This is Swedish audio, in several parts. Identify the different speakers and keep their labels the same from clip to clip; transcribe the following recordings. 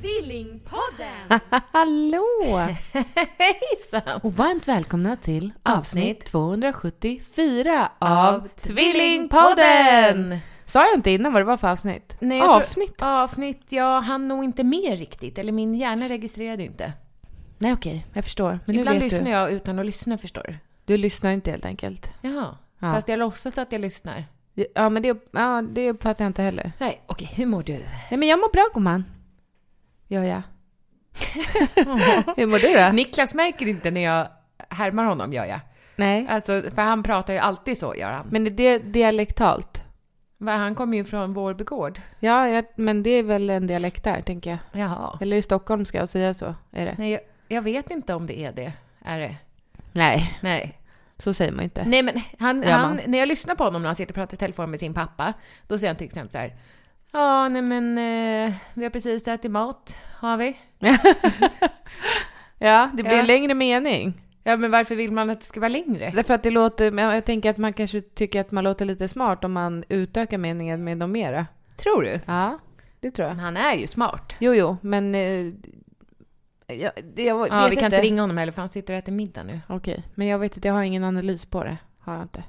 Speaker 1: Tvillingpodden!
Speaker 2: Hallå!
Speaker 1: Hejsan!
Speaker 2: Och varmt välkomna till avsnitt,
Speaker 1: Avsnitt
Speaker 2: 274
Speaker 1: Av Tvillingpodden!
Speaker 2: Sa jag inte innan vad det var för avsnitt?
Speaker 1: Nej, jag tror-
Speaker 2: avsnitt?
Speaker 1: Avsnitt, jag hann nog inte med riktigt, eller min hjärna registrerade inte.
Speaker 2: Nej okej, jag förstår. Men
Speaker 1: Ibland
Speaker 2: nu vet
Speaker 1: lyssnar
Speaker 2: du.
Speaker 1: jag utan att lyssna förstår du.
Speaker 2: Du lyssnar inte helt enkelt.
Speaker 1: Jaha.
Speaker 2: Ja.
Speaker 1: Fast jag låtsas att jag lyssnar.
Speaker 2: Ja men det, ja, det uppfattar jag inte heller.
Speaker 1: Nej, okej, hur mår du?
Speaker 2: Nej men jag mår bra gumman. Gör jag. Hur mår du då?
Speaker 1: Niklas märker inte när jag härmar honom, gör jag.
Speaker 2: Nej.
Speaker 1: Alltså, för han pratar ju alltid så, gör han.
Speaker 2: Men är det dialektalt?
Speaker 1: Men, han kommer ju från Vårbygård.
Speaker 2: Ja, jag, men det är väl en dialekt där tänker jag.
Speaker 1: Jaha.
Speaker 2: Eller i Stockholm ska jag säga så. Är det?
Speaker 1: Nej, jag, jag vet inte om det är det. Är det?
Speaker 2: Nej.
Speaker 1: Nej.
Speaker 2: Så säger man inte.
Speaker 1: Nej men han,
Speaker 2: Gör
Speaker 1: han,
Speaker 2: man.
Speaker 1: när jag lyssnar på honom när han sitter och pratar i telefon med sin pappa, då säger han till exempel så här. Ja, nej men eh, vi har precis ätit mat, har vi.
Speaker 2: Ja, det blir
Speaker 1: Ja.
Speaker 2: en längre mening.
Speaker 1: Ja men varför vill man att det ska vara längre?
Speaker 2: Därför att det låter, men jag tänker att man kanske tycker att man låter lite smart om man utökar meningen med de mera.
Speaker 1: Tror du?
Speaker 2: Ja, det tror jag.
Speaker 1: Men han är ju smart.
Speaker 2: Jo, jo, men... Eh, jag, det, jag
Speaker 1: Ja,
Speaker 2: vet
Speaker 1: vi kan
Speaker 2: inte.
Speaker 1: inte ringa honom heller för han sitter och äter middag nu.
Speaker 2: Okej, men jag vet inte, jag har ingen analys på det. Har jag inte.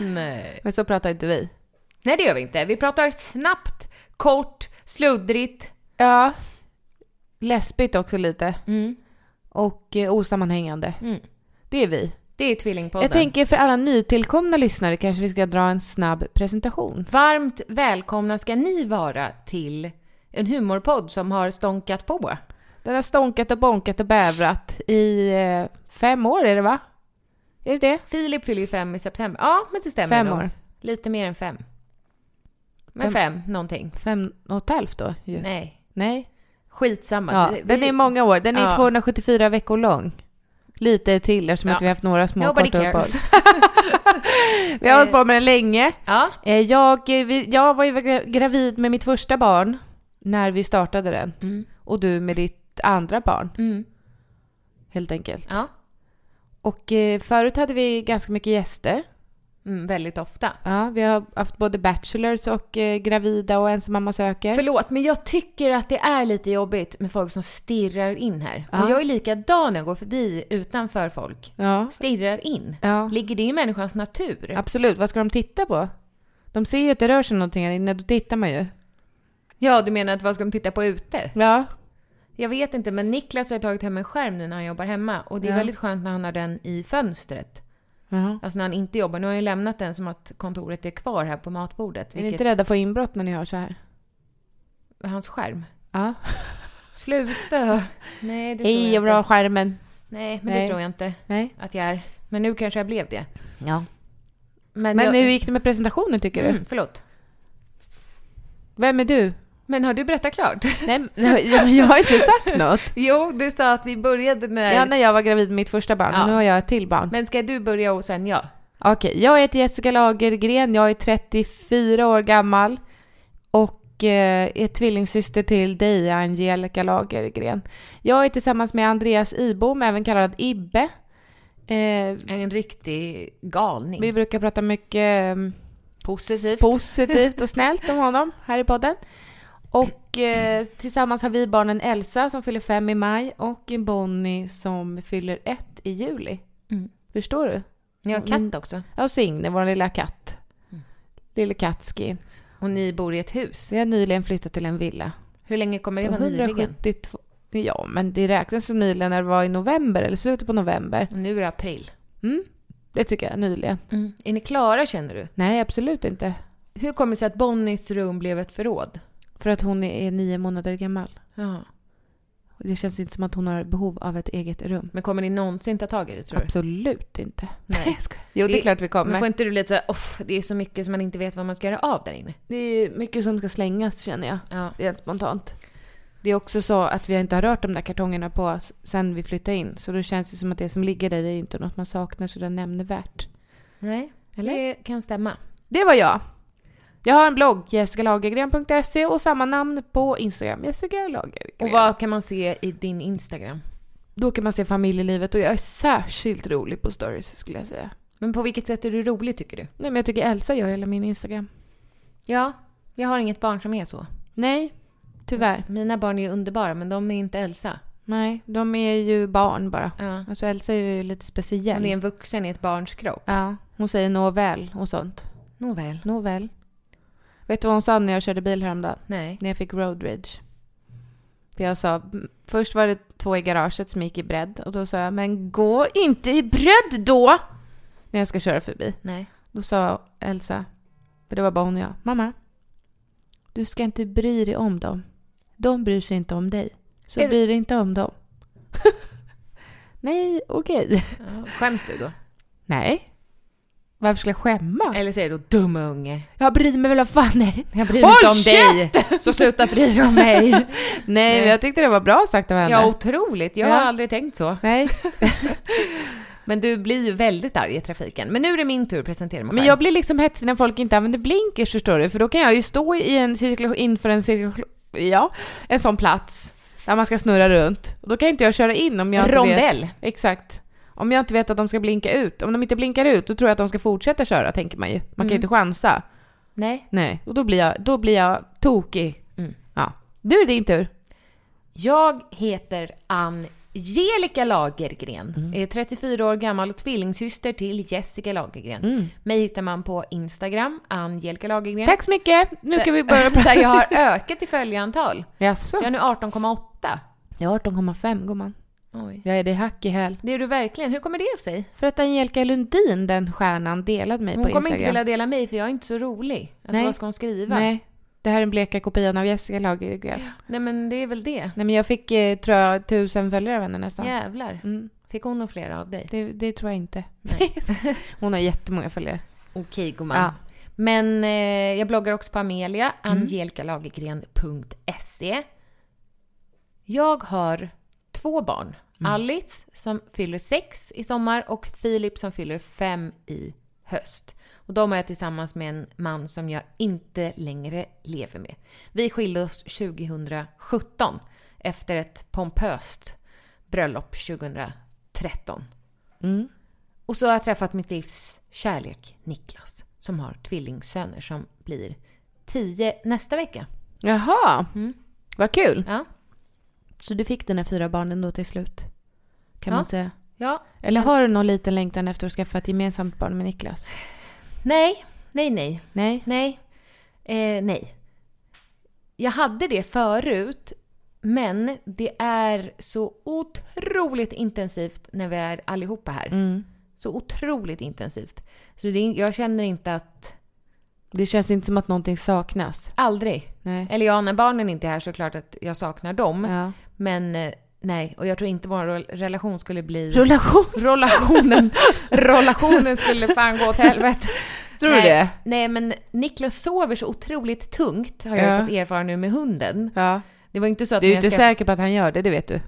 Speaker 1: Nej.
Speaker 2: Men så pratar inte vi.
Speaker 1: Nej det gör vi inte. Vi pratar snabbt, kort, sluddrigt.
Speaker 2: Ja. Läspigt också lite.
Speaker 1: Mm.
Speaker 2: Och eh, osammanhängande.
Speaker 1: Mm.
Speaker 2: Det är vi.
Speaker 1: Det är Tvillingpodden.
Speaker 2: Jag tänker för alla nytillkomna lyssnare kanske vi ska dra en snabb presentation.
Speaker 1: Varmt välkomna ska ni vara till en humorpodd som har stånkat på.
Speaker 2: Den har stånkat och bonkat och bävrat i eh, fem år är det va? Är det det?
Speaker 1: Filip fyller ju fem i september. Ja, men det stämmer
Speaker 2: Fem
Speaker 1: nog.
Speaker 2: år.
Speaker 1: Lite mer än fem. Men fem, någonting.
Speaker 2: Fem och ett halvt då? ju.
Speaker 1: Nej.
Speaker 2: Nej.
Speaker 1: Skitsamma.
Speaker 2: Ja,
Speaker 1: Vi-
Speaker 2: den är många år. Den är
Speaker 1: Ja.
Speaker 2: 274 veckor lång. Lite till eftersom
Speaker 1: Ja.
Speaker 2: att vi har haft några små
Speaker 1: Nobody
Speaker 2: korta
Speaker 1: cares.
Speaker 2: uppehåll. Vi har hållit på med den länge.
Speaker 1: ja.
Speaker 2: Eh, Jag, eh, vi- jag var ju gra- gravid med mitt första barn när vi startade den.
Speaker 1: Mm.
Speaker 2: Och du med ditt andra barn,
Speaker 1: Mm.
Speaker 2: helt enkelt.
Speaker 1: ja.
Speaker 2: Och eh, förut hade vi ganska mycket gäster.
Speaker 1: Mm, väldigt ofta.
Speaker 2: Ja, vi har haft både bachelors och eh, gravida och ensam mamma söker.
Speaker 1: Förlåt, men jag tycker att det är lite jobbigt med folk som stirrar in här. Och
Speaker 2: Ja.
Speaker 1: jag är likadan när jag går förbi utanför folk.
Speaker 2: ja.
Speaker 1: Stirrar in.
Speaker 2: ja,
Speaker 1: Ligger det i människans natur?
Speaker 2: absolut. Vad ska de titta på? De ser ju att det rör sig någonting här inne, då tittar man ju.
Speaker 1: Ja, du menar att vad ska de titta på ute?
Speaker 2: Ja.
Speaker 1: Jag vet inte, men Niklas har tagit hem en skärm nu när han jobbar hemma. Och det är
Speaker 2: Ja.
Speaker 1: väldigt skönt när han har den i fönstret.
Speaker 2: ja.
Speaker 1: Alltså när han inte jobbar. Nu har jag ju lämnat den som att kontoret är kvar här på matbordet.
Speaker 2: Är ni
Speaker 1: Vilket
Speaker 2: inte rädda för inbrott när ni hör så här?
Speaker 1: är hans skärm.
Speaker 2: Ja.
Speaker 1: Sluta! Nej, det tror
Speaker 2: Hej, jag
Speaker 1: jag
Speaker 2: vill ha
Speaker 1: inte.
Speaker 2: skärmen.
Speaker 1: Nej, men det
Speaker 2: Nej.
Speaker 1: tror jag inte
Speaker 2: Nej.
Speaker 1: att jag är. Men nu kanske jag blev det.
Speaker 2: Ja.
Speaker 1: Men,
Speaker 2: Men
Speaker 1: jag...
Speaker 2: hur gick det med presentationen tycker du?
Speaker 1: Mm, förlåt.
Speaker 2: Vem är du?
Speaker 1: Men har du berättat klart?
Speaker 2: Nej, nej, jag, jag har inte sagt något.
Speaker 1: jo, du sa att vi började när...
Speaker 2: Ja, när jag var gravid med mitt första barn.
Speaker 1: Ja.
Speaker 2: och Nu har jag ett till barn.
Speaker 1: Men ska du börja och sen jag?
Speaker 2: Okej, jag heter Jessica Lagergren, jag är 34 år gammal och eh, är tvillingsyster till dig, Angelica Lagergren. Jag är tillsammans med Andreas Ibom, även kallad Ibbe. Eh,
Speaker 1: En riktig galning.
Speaker 2: vi brukar prata mycket eh,
Speaker 1: Positivt.
Speaker 2: positivt och snällt om honom här i podden. Och eh, tillsammans har vi barnen Elsa som fyller fem i maj och Bonnie som fyller ett i juli.
Speaker 1: Mm.
Speaker 2: Förstår du?
Speaker 1: Ni har
Speaker 2: Mm.
Speaker 1: katt också.
Speaker 2: Ja, och Signe, vår lilla katt.
Speaker 1: Mm.
Speaker 2: Lille Katskin.
Speaker 1: Och ni bor i ett hus.
Speaker 2: Vi har nyligen flyttat till en villa.
Speaker 1: Hur länge kommer det vara nyligen?
Speaker 2: 172 Ja, men det räknas som nyligen när det var i november eller slutet på november.
Speaker 1: Och nu är det april.
Speaker 2: Mm. Det tycker jag, nyligen.
Speaker 1: Är ni klara känner du?
Speaker 2: Nej, absolut inte.
Speaker 1: Hur kommer det sig att Bonnies rum blev ett förråd?
Speaker 2: För att hon är nio månader gammal.
Speaker 1: Ja.
Speaker 2: Och Det känns inte som att hon har behov av ett eget rum.
Speaker 1: Men kommer ni någonsin ta tag i det tror du?
Speaker 2: Absolut inte.
Speaker 1: Nej.
Speaker 2: Jo, det
Speaker 1: Det-
Speaker 2: är klart vi
Speaker 1: Men
Speaker 2: kommer.
Speaker 1: får inte du lite såhär, off, det är så mycket som man inte vet vad man ska göra av där inne?
Speaker 2: Det är mycket som ska slängas känner jag,
Speaker 1: Ja.
Speaker 2: rent spontant. Det är också så att vi inte har rört de där kartongerna på s- sen vi flyttade in. Så då känns det som att det som ligger där är inte något man saknar sådär nämnvärt.
Speaker 1: Nej,
Speaker 2: Eller?
Speaker 1: det kan stämma.
Speaker 2: Det var jag. Jag har en blogg, jessicalagergren.se och samma namn på Instagram, Jessica Lagergren.
Speaker 1: Och vad kan man se i din Instagram?
Speaker 2: Då kan man se familjelivet och jag är särskilt rolig på stories skulle jag säga.
Speaker 1: Men på vilket sätt är du rolig tycker du?
Speaker 2: Nej men jag tycker Elsa gör hela min Instagram.
Speaker 1: Ja, jag har inget barn som är så.
Speaker 2: Nej, tyvärr.
Speaker 1: Mina barn är ju underbara, men de är inte Elsa.
Speaker 2: Nej, de är ju barn bara.
Speaker 1: Ja.
Speaker 2: Alltså Elsa är ju lite
Speaker 1: Hon
Speaker 2: speciell.
Speaker 1: är en vuxen i ett barns kropp.
Speaker 2: Ja, hon säger nåväl och sånt.
Speaker 1: Nåväl.
Speaker 2: Nåväl. Vet du vad hon sa när jag körde bil häromdagen?
Speaker 1: Nej.
Speaker 2: När jag fick road rage. För jag sa, först var det två i garaget som gick i bredd och då sa jag, men gå inte i bredd då! När jag ska köra förbi.
Speaker 1: Nej.
Speaker 2: Då sa Elsa, för det var bara hon och jag, mamma. Du ska inte bry dig om dem. De bryr sig inte om dig. Så
Speaker 1: Är det-
Speaker 2: bry dig inte om dem. Nej, okej.
Speaker 1: Ja. Skäms du då?
Speaker 2: Nej. Varför skulle jag skämmas?
Speaker 1: Eller säger du då, dumma unge?
Speaker 2: Jag bryr mig väl vad fan nej.
Speaker 1: Jag bryr mig
Speaker 2: Håll
Speaker 1: inte om dig, så sluta bry dig om mig.
Speaker 2: Nej, men jag tyckte det var bra sagt av henne.
Speaker 1: Ja, otroligt. Jag har
Speaker 2: Ja.
Speaker 1: aldrig tänkt så.
Speaker 2: Nej,
Speaker 1: Men du blir ju väldigt arg i trafiken. Men nu är det min tur att presentera mig
Speaker 2: men
Speaker 1: själv.
Speaker 2: jag blir liksom hetsig när folk inte använder blinkers förstår du, för då kan jag ju stå i en cirkulation, inför en cirkulation, ja, en sån plats där man ska snurra runt. Och då kan inte jag köra in om jag inte vet.
Speaker 1: Rondell.
Speaker 2: Exakt. Om jag inte vet att de ska blinka ut, om de inte blinkar ut, då tror jag att de ska fortsätta köra tänker man ju. Man kan ju
Speaker 1: Mm.
Speaker 2: inte chansa.
Speaker 1: Nej.
Speaker 2: Nej, och då blir jag, då blir jag tokig.
Speaker 1: Mm.
Speaker 2: Ja. Nu är det din tur.
Speaker 1: Jag heter Angelica Lagergren.
Speaker 2: Mm.
Speaker 1: Jag är 34 år gammal och tvillingsyster till Jessica Lagergren.
Speaker 2: Mm.
Speaker 1: Mig hittar man på Instagram, Angelica Lagergren.
Speaker 2: Tack så mycket. Nu kan vi börja prata.
Speaker 1: Där jag har ökat i följantal.
Speaker 2: Jaså?
Speaker 1: Jag är nu 18,8.
Speaker 2: Jag är 18,5 gumman.
Speaker 1: Oj.
Speaker 2: Jag är det hack i häl.
Speaker 1: Det är du verkligen. Hur kommer det sig?
Speaker 2: För att Angelica Lundin, den stjärnan, delade mig
Speaker 1: Hon
Speaker 2: på
Speaker 1: kommer
Speaker 2: Instagram.
Speaker 1: inte vilja dela mig för jag är inte så rolig. Alltså
Speaker 2: Nej.
Speaker 1: vad ska hon skriva?
Speaker 2: Nej, det här är den bleka kopian av Jessica Lagergren.
Speaker 1: Nej men det är väl det.
Speaker 2: Nej men jag fick, eh, tror jag, tusen följare av henne nästan.
Speaker 1: Jävlar.
Speaker 2: Mm,
Speaker 1: Fick hon nog flera av dig?
Speaker 2: det, det tror jag inte.
Speaker 1: Nej.
Speaker 2: Hon har jättemånga följare.
Speaker 1: Okej gumman.
Speaker 2: Ja.
Speaker 1: Men eh, jag bloggar också på Amelia, angelicalagergren.se. Jag har två barn. Alice som fyller sex i sommar och Filip som fyller fem i höst. Och de har jag tillsammans med en man som jag inte längre lever med. Vi skilde oss 2017 efter ett pompöst bröllop 2013.
Speaker 2: Mm.
Speaker 1: Och så har jag träffat mitt livs kärlek Niklas som har tvillingsöner som blir tio nästa vecka.
Speaker 2: Jaha, vad kul.
Speaker 1: Ja,
Speaker 2: Mm. Så du fick dina fyra barnen då till slut? Kan
Speaker 1: Ja.
Speaker 2: man säga.
Speaker 1: ja.
Speaker 2: Eller har du någon liten längtan efter att skaffa ett gemensamt barn med Niklas?
Speaker 1: Nej, nej, nej,
Speaker 2: Nej?
Speaker 1: nej, eh, nej. Jag hade det förut, men det är så otroligt intensivt när vi är allihopa här.
Speaker 2: Mm.
Speaker 1: Så otroligt intensivt. Så det, är- jag känner inte att...
Speaker 2: Det känns inte som att någonting saknas.
Speaker 1: Aldrig.
Speaker 2: Nej.
Speaker 1: Eller ja, när barnen inte är här så är det klart att jag saknar dem.
Speaker 2: Ja.
Speaker 1: Men eh, nej, och jag tror inte vår rel- relation skulle bli...
Speaker 2: Relation?
Speaker 1: Relationen, relationen skulle fan gå åt helvete.
Speaker 2: Tror
Speaker 1: nej,
Speaker 2: du det?
Speaker 1: Nej, men Niklas sover så otroligt tungt har jag
Speaker 2: Ja.
Speaker 1: fått erfara nu med hunden.
Speaker 2: Ja.
Speaker 1: Det var inte så att
Speaker 2: Du är ju
Speaker 1: när
Speaker 2: inte
Speaker 1: jag
Speaker 2: säker på att han gör det, det vet du.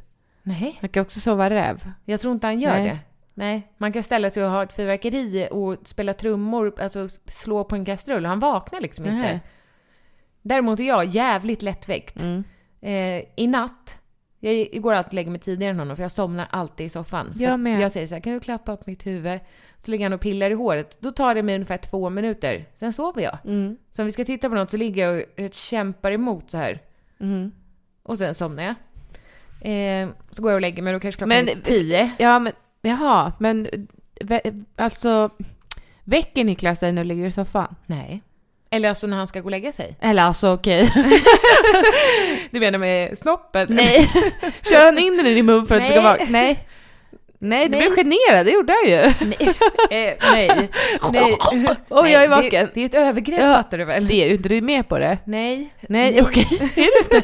Speaker 1: Nej,
Speaker 2: Han kan också sova räv.
Speaker 1: jag tror inte han gör
Speaker 2: Nej.
Speaker 1: det. Nej, man kan ställa sig och ha ett fyrverkeri och spela trummor, alltså s- slå på en kastrull. Han vaknar liksom inte.
Speaker 2: Nej.
Speaker 1: Däremot är jag jävligt lättväckt.
Speaker 2: Mm.
Speaker 1: Eh, I natt Jag går alltid och lägger mig tidigare än honom för jag somnar alltid i soffan. För
Speaker 2: Jag med.
Speaker 1: jag säger så här, kan du klappa upp mitt huvud? Så ligger han och pillar i håret. Då tar det mig ungefär två minuter. Sen sover jag.
Speaker 2: Mm.
Speaker 1: Så om vi ska titta på något så ligger jag och eh, kämpar emot så här.
Speaker 2: Mm.
Speaker 1: Och sen somnar jag. Eh, så går jag och lägger mig. Då kanske klockan
Speaker 2: Men-
Speaker 1: är tio.
Speaker 2: Ja, men jaha, men vä- alltså väcker Niklas dig när du ligger i soffan?
Speaker 1: Nej. Eller alltså när han ska gå och lägga sig.
Speaker 2: Eller alltså okej.
Speaker 1: Du menar med snoppen?
Speaker 2: Nej. Kör han in den i din mun för att du ska
Speaker 1: Nej.
Speaker 2: vara... Nej. Nej, du
Speaker 1: Nej.
Speaker 2: blev generad, det gjorde han ju.
Speaker 1: Nej. Eh, nej. nej.
Speaker 2: Oj,
Speaker 1: Nej,
Speaker 2: jag är
Speaker 1: Det,
Speaker 2: vaken.
Speaker 1: det är ett övergrepp
Speaker 2: Ja.
Speaker 1: fattar du väl?
Speaker 2: Det är ju inte, du är med på det.
Speaker 1: Nej.
Speaker 2: Nej, okej.
Speaker 1: Mm.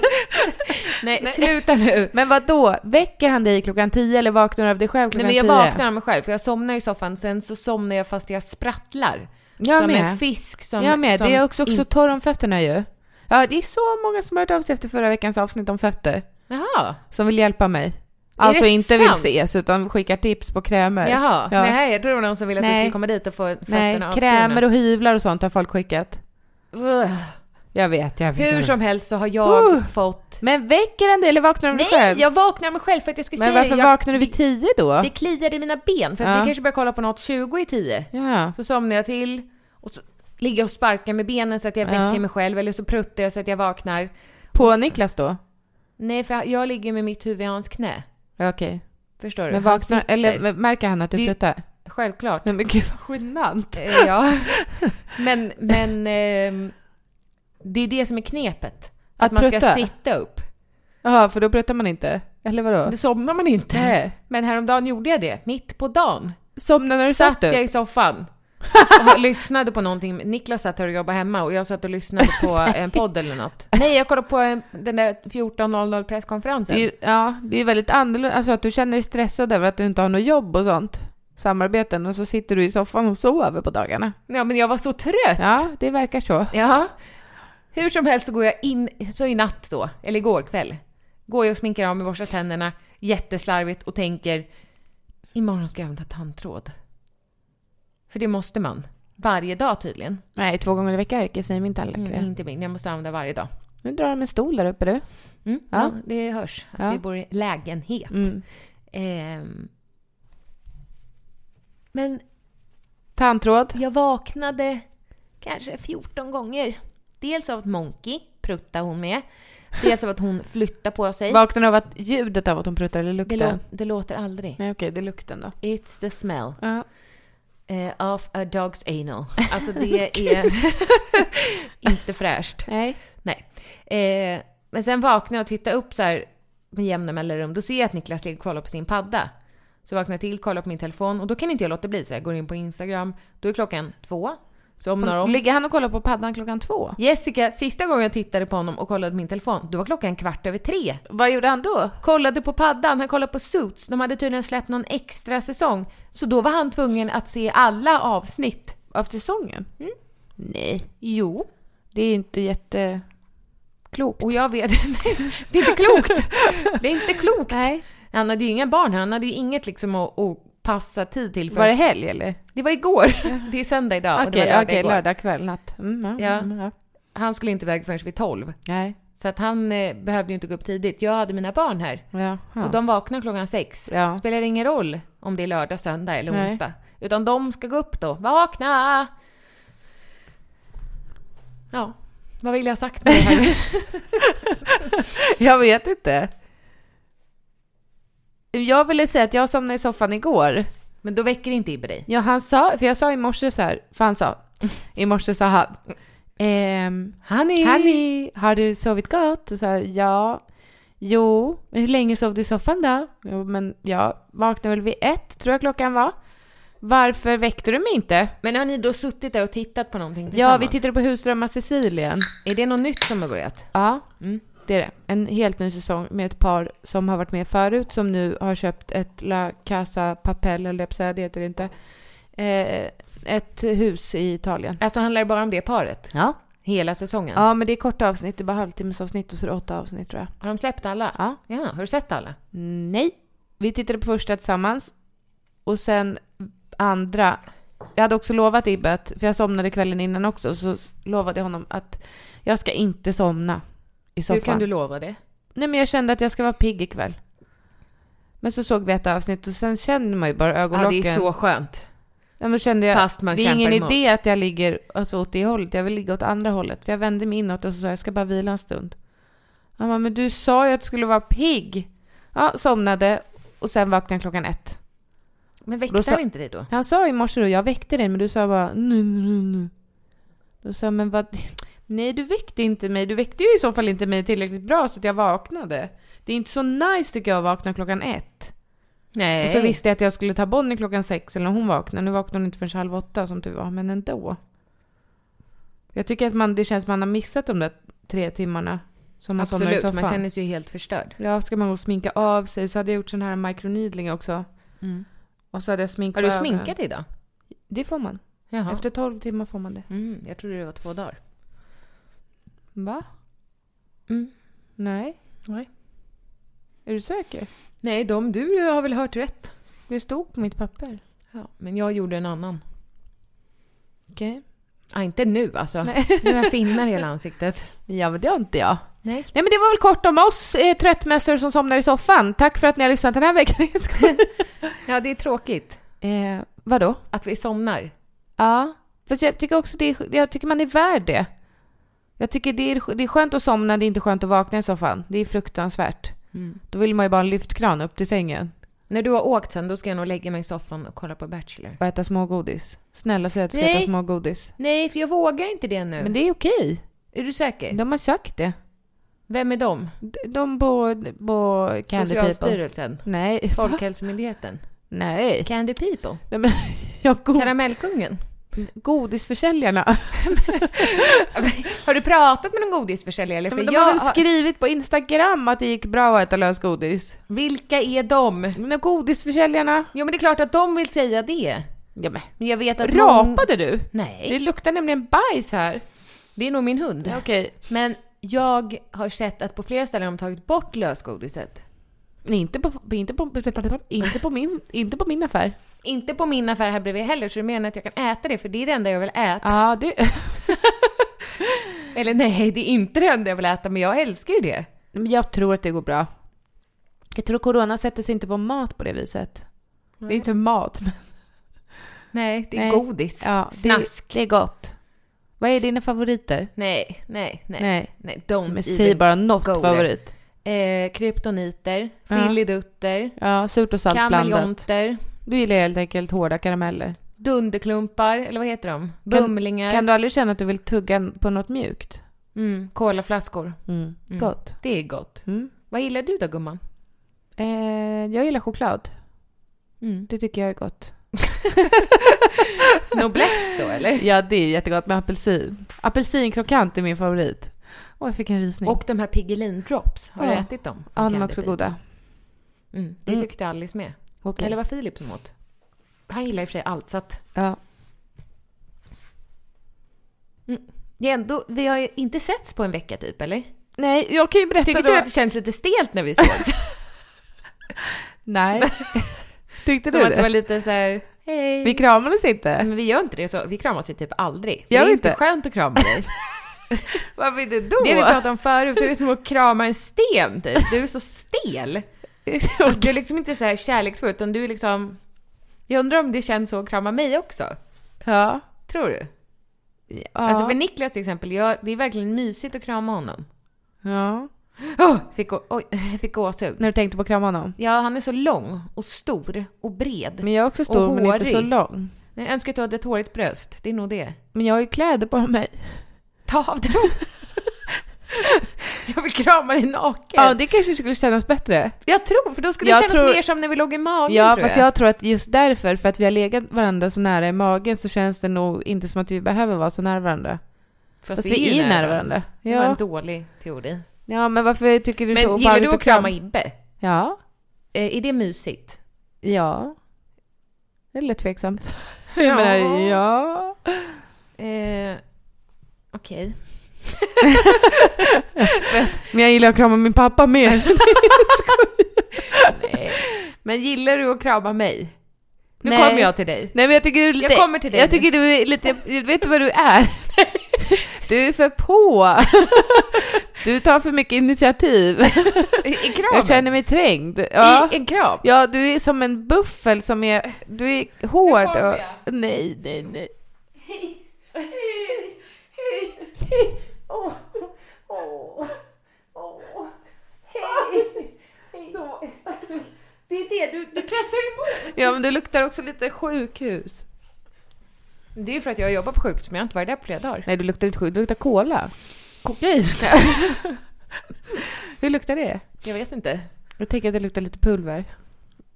Speaker 1: Nej,
Speaker 2: Nej.
Speaker 1: sluta nu.
Speaker 2: Men vad då? väcker han dig klockan 10 eller vaknar du av dig själv
Speaker 1: Nej,
Speaker 2: klockan
Speaker 1: men
Speaker 2: 10?
Speaker 1: jag vaknar av mig själv för jag somnar i soffan, sen så somnar jag fast jag sprattlar.
Speaker 2: Jag
Speaker 1: som
Speaker 2: med.
Speaker 1: en fisk som...
Speaker 2: jag med.
Speaker 1: som
Speaker 2: Det är också, också
Speaker 1: in-
Speaker 2: torr om fötterna ju. Ja, det är så många som har hört av sig efter förra veckans avsnitt om fötter.
Speaker 1: Jaha.
Speaker 2: Som vill hjälpa mig. Alltså
Speaker 1: det
Speaker 2: inte
Speaker 1: sant?
Speaker 2: vill ses utan skickar tips på krämer.
Speaker 1: Jaha.
Speaker 2: Ja.
Speaker 1: Nej, jag tror det var någon som ville att du
Speaker 2: Nej.
Speaker 1: skulle komma dit och få fötterna
Speaker 2: Nej,
Speaker 1: avskurna.
Speaker 2: krämer och hyvlar och sånt har folk skickat.
Speaker 1: Ugh.
Speaker 2: Jag vet, jag vet.
Speaker 1: Hur som helst så har jag
Speaker 2: Uh.
Speaker 1: fått...
Speaker 2: Men väcker han dig eller vaknar du
Speaker 1: Nej,
Speaker 2: dig själv?
Speaker 1: jag vaknar mig själv för att jag skulle
Speaker 2: Men
Speaker 1: säga
Speaker 2: varför
Speaker 1: det. Jag,
Speaker 2: vaknar du vid 10 då?
Speaker 1: Det kliar i mina ben för att
Speaker 2: Ja.
Speaker 1: vi kanske börjar kolla på något 20 i 10.
Speaker 2: Ja.
Speaker 1: Så somnar jag till och så ligger jag och sparkar med benen så att jag
Speaker 2: Ja.
Speaker 1: väcker mig själv eller så pruttar jag så att jag vaknar.
Speaker 2: På Niklas då?
Speaker 1: Nej, för jag, jag ligger med mitt huvud i hans knä.
Speaker 2: Ja, Okej.
Speaker 1: Förstår du?
Speaker 2: Men
Speaker 1: Han
Speaker 2: vaknar,
Speaker 1: sitter.
Speaker 2: eller men märker han att du
Speaker 1: Det-
Speaker 2: tuttar?
Speaker 1: Självklart.
Speaker 2: Nej men gud vad genant.
Speaker 1: Eh, ja. Men, men ehm, det är det som är knepet. Att,
Speaker 2: Att
Speaker 1: man ska
Speaker 2: prutta?
Speaker 1: sitta upp.
Speaker 2: Jaha, för då pruttar man inte? Eller vadå?
Speaker 1: Det somnar man inte.
Speaker 2: Nej.
Speaker 1: Men häromdagen gjorde jag det. Mitt på dagen.
Speaker 2: Somnar när du
Speaker 1: satt
Speaker 2: satt
Speaker 1: jag
Speaker 2: upp?
Speaker 1: i soffan och lyssnade på någonting. Niklas satt här och jobbade hemma och jag satt och lyssnade på en podd eller något. Nej, jag kollade på en- den där 14.00
Speaker 2: Det
Speaker 1: presskonferensen.
Speaker 2: är ju, ja, det är väldigt annorlunda, alltså att du känner dig stressad över att du inte har något jobb och sånt. Samarbeten och så sitter du i soffan och sover på dagarna.
Speaker 1: Ja, men jag var så trött.
Speaker 2: Ja, det verkar så.
Speaker 1: Ja. Hur som helst så går jag in, så i natt då, eller igår kväll, går jag och sminkar av mig, borstar tänderna jätteslarvigt och tänker imorgon ska jag använda tandtråd. För det måste man. Varje dag tydligen.
Speaker 2: Nej, två gånger i veckan räcker säger min tandläkare.
Speaker 1: Mm, inte min, jag måste använda varje dag.
Speaker 2: Nu drar de en stol där uppe du.
Speaker 1: Mm, ja.
Speaker 2: Ja.
Speaker 1: det hörs att
Speaker 2: Ja.
Speaker 1: vi bor i lägenhet.
Speaker 2: Mm.
Speaker 1: Ehm. Men
Speaker 2: Tandtråd.
Speaker 1: jag vaknade kanske 14 gånger. Dels av att Monkey prutta hon med. Dels av att hon flyttar på sig.
Speaker 2: Vaknar du av att ljudet av att de pruttar eller
Speaker 1: Det,
Speaker 2: lukten?
Speaker 1: lå- det låter aldrig.
Speaker 2: Nej okej, det är lukten då.
Speaker 1: It's the smell
Speaker 2: Ja.
Speaker 1: eh, of a dog's anal. Alltså det är inte fräscht.
Speaker 2: Nej.
Speaker 1: Eh, men sen vaknar jag och tittar upp så här med jämna mellanrum. Då ser jag att Niklas ligger och kollar på sin padda. Så vaknar jag till, kollar på min telefon och då kan inte jag låta bli. Så jag går in på Instagram. Då är klockan två. Så om några om...
Speaker 2: Ligger han och kollar på paddan klockan två?
Speaker 1: Jessica, sista gången jag tittade på honom och kollade på min telefon, då var klockan kvart över tre.
Speaker 2: Vad gjorde han då?
Speaker 1: kollade på paddan, han kollade på Suits. De hade tydligen släppt någon extra säsong. Så då var han tvungen att se alla avsnitt.
Speaker 2: Av säsongen? Nej.
Speaker 1: Jo.
Speaker 2: Det är ju inte jätteklokt.
Speaker 1: Och jag vet, det är inte klokt. Det är inte klokt.
Speaker 2: Nej.
Speaker 1: Han hade ju inga barn, han hade ju inget liksom att, att passa tid till. För.
Speaker 2: Var det helg eller?
Speaker 1: det var igår. Det är söndag idag och det var
Speaker 2: okej,
Speaker 1: lördag
Speaker 2: okej,
Speaker 1: igår.
Speaker 2: lördag kväll, natt. Mm, ja,
Speaker 1: Ja.
Speaker 2: Mm, ja.
Speaker 1: Han skulle inte iväg förrän vid 12.
Speaker 2: Nej.
Speaker 1: Så att han eh, behövde ju inte gå upp tidigt. Jag hade mina barn här.
Speaker 2: Ja.
Speaker 1: Och de vaknar klockan sex.
Speaker 2: Ja.
Speaker 1: Spelar ingen roll om det är lördag, söndag eller
Speaker 2: Nej.
Speaker 1: onsdag. Utan de ska gå upp då. Vakna! Ja, vad vill jag ha sagt med det här?
Speaker 2: Jag vet inte. Jag ville säga att jag somnade i soffan igår.
Speaker 1: Men då väcker inte Ibbe dig.
Speaker 2: Ja, han sa, för jag sa i morse så här, för han sa, i morse sa han, ehm,
Speaker 1: Honey!
Speaker 2: Hanni, har du sovit gott? Och så här, ja. Jo, men hur länge sov du i soffan då? Jo, men jag vaknade väl vid ett, tror jag klockan var. Varför väckte du mig inte?
Speaker 1: Men har ni då suttit där och tittat på någonting tillsammans?
Speaker 2: Ja, vi tittade på Husdrömmar Sicilien.
Speaker 1: Är det något nytt som har börjat?
Speaker 2: Ja,
Speaker 1: Mm.
Speaker 2: det är det. En helt ny säsong med ett par som har varit med förut som nu har köpt ett La Casa Papel, eller jag på att säga, det heter det inte. Eh, ett hus i Italien.
Speaker 1: Alltså handlar det bara om det paret?
Speaker 2: Ja.
Speaker 1: Hela säsongen?
Speaker 2: Ja, men det är korta avsnitt. Det är bara halvtimmesavsnitt och så är det åtta avsnitt tror jag.
Speaker 1: Har de släppt alla?
Speaker 2: Ja.
Speaker 1: Ja, har du sett alla?
Speaker 2: Nej. Vi tittade på första tillsammans och sen andra. Jag hade också lovat Ibbe, att, för jag somnade kvällen innan också, så s- lovade jag honom att jag ska inte somna i soffan.
Speaker 1: Hur kan du lova det?
Speaker 2: Nej men jag kände att jag ska vara pigg ikväll. Men så såg vi ett avsnitt och sen kände man ju bara
Speaker 1: Ja,
Speaker 2: ögonlocken.
Speaker 1: det är så skönt.
Speaker 2: Ja, men då kände jag,
Speaker 1: Fast man
Speaker 2: det är ingen
Speaker 1: kämpar emot.
Speaker 2: idé att jag ligger alltså, åt det hållet. Jag vill ligga åt andra hållet. För Jag vände mig inåt och så sa jag ska bara vila en stund. Han bara, men du sa ju att du skulle vara pigg. Ja, somnade och sen vaknade jag klockan ett.
Speaker 1: Men
Speaker 2: Då
Speaker 1: väckte
Speaker 2: sa-
Speaker 1: han inte dig då?
Speaker 2: Han sa i morse då, jag väckte dig, men du sa bara nu, nu, nu. Då sa jag, men vad? Nej, du väckte inte mig. Du väckte ju i så fall inte mig tillräckligt bra så att jag vaknade. Det är inte så nice tycker jag att vakna klockan ett.
Speaker 1: Nej.
Speaker 2: Och så visste jag att jag skulle ta Bonnie klockan sex eller när hon vaknade. Nu vaknade hon inte förrän halv åtta som tur var, men ändå. Jag tycker att man, det känns som att man har missat de där tre timmarna som man somnar i
Speaker 1: Absolut,
Speaker 2: soffan.
Speaker 1: man känner sig ju helt förstörd.
Speaker 2: Ja, ska man gå och sminka av sig så hade jag gjort sån här microneedling också. Mm. Och så hade jag sminkat
Speaker 1: Har du
Speaker 2: över.
Speaker 1: sminkat idag?
Speaker 2: Det får man.
Speaker 1: Jaha.
Speaker 2: Efter 12 timmar får man det.
Speaker 1: Mm, jag trodde det var två dagar.
Speaker 2: Va?
Speaker 1: Mm.
Speaker 2: Nej.
Speaker 1: Nej.
Speaker 2: Är du säker?
Speaker 1: Nej, de du har väl hört rätt.
Speaker 2: Det stod på mitt papper.
Speaker 1: Ja, men jag gjorde en annan.
Speaker 2: Okej.
Speaker 1: Ah, inte nu alltså. Nu har jag finnar i hela ansiktet.
Speaker 2: Ja, men det har inte jag.
Speaker 1: Nej.
Speaker 2: Nej, men det var väl kort om oss eh, tröttmössor som somnar i soffan. Tack för att ni har lyssnat den här veckan. Jag skojar.
Speaker 1: Ja, det är tråkigt
Speaker 2: eh, vadå?
Speaker 1: att vi somnar.
Speaker 2: Ja. Fast jag tycker också det är, jag tycker man är värd det. Jag tycker det är, det är skönt att somna, det är inte skönt att vakna i soffan. Det är fruktansvärt. Då vill man ju bara ha en lyftkran upp till sängen
Speaker 1: När du har åkt sen, då ska jag nog lägga mig i soffan och kolla på Bachelor.
Speaker 2: och äta smågodis. Snälla säg att du ska
Speaker 1: Nej.
Speaker 2: äta smågodis.
Speaker 1: Nej, för jag vågar inte det nu.
Speaker 2: Men det är okej.
Speaker 1: Är du säker?
Speaker 2: De har sagt det.
Speaker 1: Vem är de?
Speaker 2: D- De på, på Candy People.
Speaker 1: Socialstyrelsen?
Speaker 2: Nej. Va?
Speaker 1: Folkhälsomyndigheten?
Speaker 2: Nej.
Speaker 1: Candy People?
Speaker 2: Nej men, jag go
Speaker 1: Karamellkungen?
Speaker 2: godisförsäljarna.
Speaker 1: Har du pratat med någon godisförsäljare? eller?
Speaker 2: Ja,
Speaker 1: För
Speaker 2: men de
Speaker 1: jag
Speaker 2: har väl
Speaker 1: har-
Speaker 2: skrivit på Instagram att det gick bra att äta lösgodis.
Speaker 1: Vilka är de?
Speaker 2: Men godisförsäljarna.
Speaker 1: Jo men det är klart att de vill säga det.
Speaker 2: Ja, men.
Speaker 1: Men jag vet att någon...
Speaker 2: Rapade du? Det
Speaker 1: Nej,
Speaker 2: luktar nämligen bajs här.
Speaker 1: det är nog min hund.
Speaker 2: Okej.
Speaker 1: Men jag har sett att på flera ställen har de tagit bort lösgodiset.
Speaker 2: Nej, inte på, inte på, inte på, min, inte på min affär.
Speaker 1: Inte på min affär här bredvid heller, så du menar att jag kan äta det för det är det enda jag vill äta?
Speaker 2: Ja, det...
Speaker 1: Eller nej, det är inte det enda jag vill äta, men jag älskar ju det.
Speaker 2: Men jag tror att det går bra. Jag tror corona sätter sig inte på mat på det viset. Det är inte mat, men...
Speaker 1: Nej, det är
Speaker 2: Nej.
Speaker 1: godis.
Speaker 2: Ja,
Speaker 1: Snask.
Speaker 2: Det, det är gott. Vad är dina favoriter?
Speaker 1: Nej, nej, nej. Nej,
Speaker 2: Nej.
Speaker 1: don't
Speaker 2: Men
Speaker 1: even
Speaker 2: säg bara något
Speaker 1: go there.
Speaker 2: favorit.
Speaker 1: Eh, kryptoniter,
Speaker 2: Ja.
Speaker 1: filidutter,
Speaker 2: Ja, surt och salt blandat.
Speaker 1: kameleonter,
Speaker 2: Du gillar helt enkelt hårda karameller.
Speaker 1: dunderklumpar, eller vad heter de? Bumlingar,
Speaker 2: Kan du aldrig känna att du vill tugga på något mjukt?
Speaker 1: Mm, kolaflaskor.
Speaker 2: Mm. Gott.
Speaker 1: Det är gott.
Speaker 2: Mm.
Speaker 1: Vad gillar du då gumman?
Speaker 2: Eh, jag gillar choklad. Det tycker jag är gott.
Speaker 1: Noblesse då eller?
Speaker 2: Ja, det är jättegott med apelsin. Apelsinkrokant är min favorit. Åh, jag fick en rysning.
Speaker 1: Och de här Piggelin drops, har du
Speaker 2: Ja.
Speaker 1: ätit dem?
Speaker 2: ja,
Speaker 1: Från
Speaker 2: de är
Speaker 1: Candy
Speaker 2: också
Speaker 1: Pig.
Speaker 2: goda.
Speaker 1: Mm, det
Speaker 2: Mm.
Speaker 1: tyckte Alice med.
Speaker 2: Okej.
Speaker 1: Eller var Filip som åt? Han gillar i och för sig allt så att
Speaker 2: Ja.
Speaker 1: det är ändå, vi har ju inte setts på en vecka typ eller?
Speaker 2: Nej, jag kan ju berätta
Speaker 1: Tycker
Speaker 2: då.
Speaker 1: du att det känns lite stelt när vi sågs?
Speaker 2: Nej. Tyckte
Speaker 1: som
Speaker 2: du
Speaker 1: att det var
Speaker 2: det?
Speaker 1: lite så här, hej. Mm.
Speaker 2: Vi
Speaker 1: Vi,
Speaker 2: kramades inte.
Speaker 1: men vi gör inte det så, vi kramas ju typ aldrig.
Speaker 2: Gör
Speaker 1: det
Speaker 2: vi
Speaker 1: är inte
Speaker 2: inte?
Speaker 1: skönt att krama dig.
Speaker 2: Varför inte då?
Speaker 1: Det vi pratade om förut, det är som att krama en sten typ. Du är så stel. Alltså, du är liksom inte så här kärleksfull utan du är liksom... Jag undrar om det känns så att krama mig också.
Speaker 2: ja.
Speaker 1: Tror du?
Speaker 2: Ja.
Speaker 1: Alltså för Niklas till exempel, jag, det är verkligen mysigt att krama honom.
Speaker 2: ja.
Speaker 1: Oh, fick, gå- oj, jag fick gåshud.
Speaker 2: När du tänkte på att krama honom.
Speaker 1: Ja, han är så lång och stor och bred.
Speaker 2: Men jag är också stor
Speaker 1: Och
Speaker 2: men inte så
Speaker 1: hårig.
Speaker 2: lång.
Speaker 1: jag önskar att du hade ett hårigt bröst. Det är nog det.
Speaker 2: Men jag har ju kläder på mig.
Speaker 1: Ta av dig dem! jag vill krama dig naken.
Speaker 2: Ja, det kanske skulle kännas bättre.
Speaker 1: Jag tror, för då skulle det
Speaker 2: Jag
Speaker 1: kännas
Speaker 2: tror-
Speaker 1: mer som när vi låg i magen
Speaker 2: Ja,
Speaker 1: tror
Speaker 2: fast
Speaker 1: jag.
Speaker 2: jag tror att just därför, för att vi har legat varandra så nära i magen så känns det nog inte som att vi behöver vara så nära varandra. Fast, vi är ju nära varandra.
Speaker 1: Det var en
Speaker 2: Ja.
Speaker 1: dålig teori.
Speaker 2: ja, men varför tycker du så
Speaker 1: Men gillar
Speaker 2: obehagligt
Speaker 1: du att krama
Speaker 2: kram-
Speaker 1: Ibbe?
Speaker 2: Ja.
Speaker 1: Eh, är det mysigt?
Speaker 2: Ja. Det är lite tveksamt. Jag menar, ja.
Speaker 1: Eh, Okej.
Speaker 2: Men jag gillar att krama min pappa mer.
Speaker 1: Nej. Men gillar du att krama mig? Nu
Speaker 2: Nej.
Speaker 1: kommer jag till dig.
Speaker 2: Nej men jag tycker du är lite...
Speaker 1: Jag kommer till dig
Speaker 2: Jag
Speaker 1: nu.
Speaker 2: tycker du är lite... Vet du vad du är? Du är för på. Du tar för mycket initiativ.
Speaker 1: I, i kraven.
Speaker 2: Jag känner mig trängd. Ja.
Speaker 1: I en krav.
Speaker 2: ja, du är som en buffel som är... Du är hård och... Nej, nej, nej.
Speaker 1: Det är det, du, du pressar emot.
Speaker 2: Ja, men du luktar också lite sjukhus.
Speaker 1: Det är ju för att jag jobbar på sjukhus, men jag har inte varit där på flera dagar.
Speaker 2: Nej, du luktar inte sjukhus. Du luktar cola.
Speaker 1: Kokain?
Speaker 2: Hur luktar det?
Speaker 1: jag vet inte.
Speaker 2: Jag tänker att det luktar lite pulver.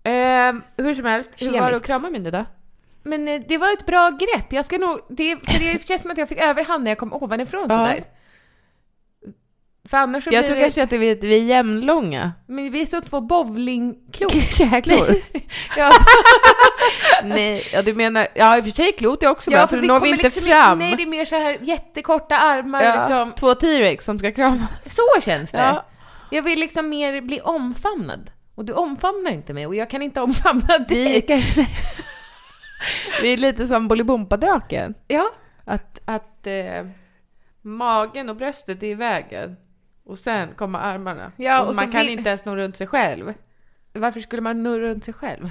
Speaker 2: Ehm, hur som helst, hur var det
Speaker 1: Kemiskt.
Speaker 2: att krama mig nu då?
Speaker 1: Men eh, det var ett bra grepp. Jag ska nog... Det, för det känns som att jag fick överhand när jag kom ovanifrån
Speaker 2: Ja.
Speaker 1: sådär. För annars så
Speaker 2: Jag
Speaker 1: blir
Speaker 2: tror
Speaker 1: det...
Speaker 2: kanske att vi, vi är jämnlånga.
Speaker 1: Men vi är som två bowlingklot.
Speaker 2: Käklor?
Speaker 1: ja,
Speaker 2: Nej, ja du menar, ja i och för sig klot är också bra
Speaker 1: ja,
Speaker 2: för, då når vi
Speaker 1: kommer
Speaker 2: inte
Speaker 1: liksom
Speaker 2: fram.
Speaker 1: Nej, det är mer så här jättekorta armar
Speaker 2: ja,
Speaker 1: liksom.
Speaker 2: Två T-rex som ska krama.
Speaker 1: Så känns det.
Speaker 2: Ja.
Speaker 1: Jag vill liksom mer bli omfamnad. Och du omfamnar inte mig och jag kan inte omfamna
Speaker 2: Vi,
Speaker 1: dig.
Speaker 2: vi är lite som Bolibompa-draken.
Speaker 1: Ja.
Speaker 2: Att, att eh, magen och bröstet är i vägen. Och sen kommer armarna.
Speaker 1: Ja,
Speaker 2: och,
Speaker 1: och så
Speaker 2: man kan
Speaker 1: vill-
Speaker 2: inte ens nå runt sig själv.
Speaker 1: Varför skulle man nå runt sig själv?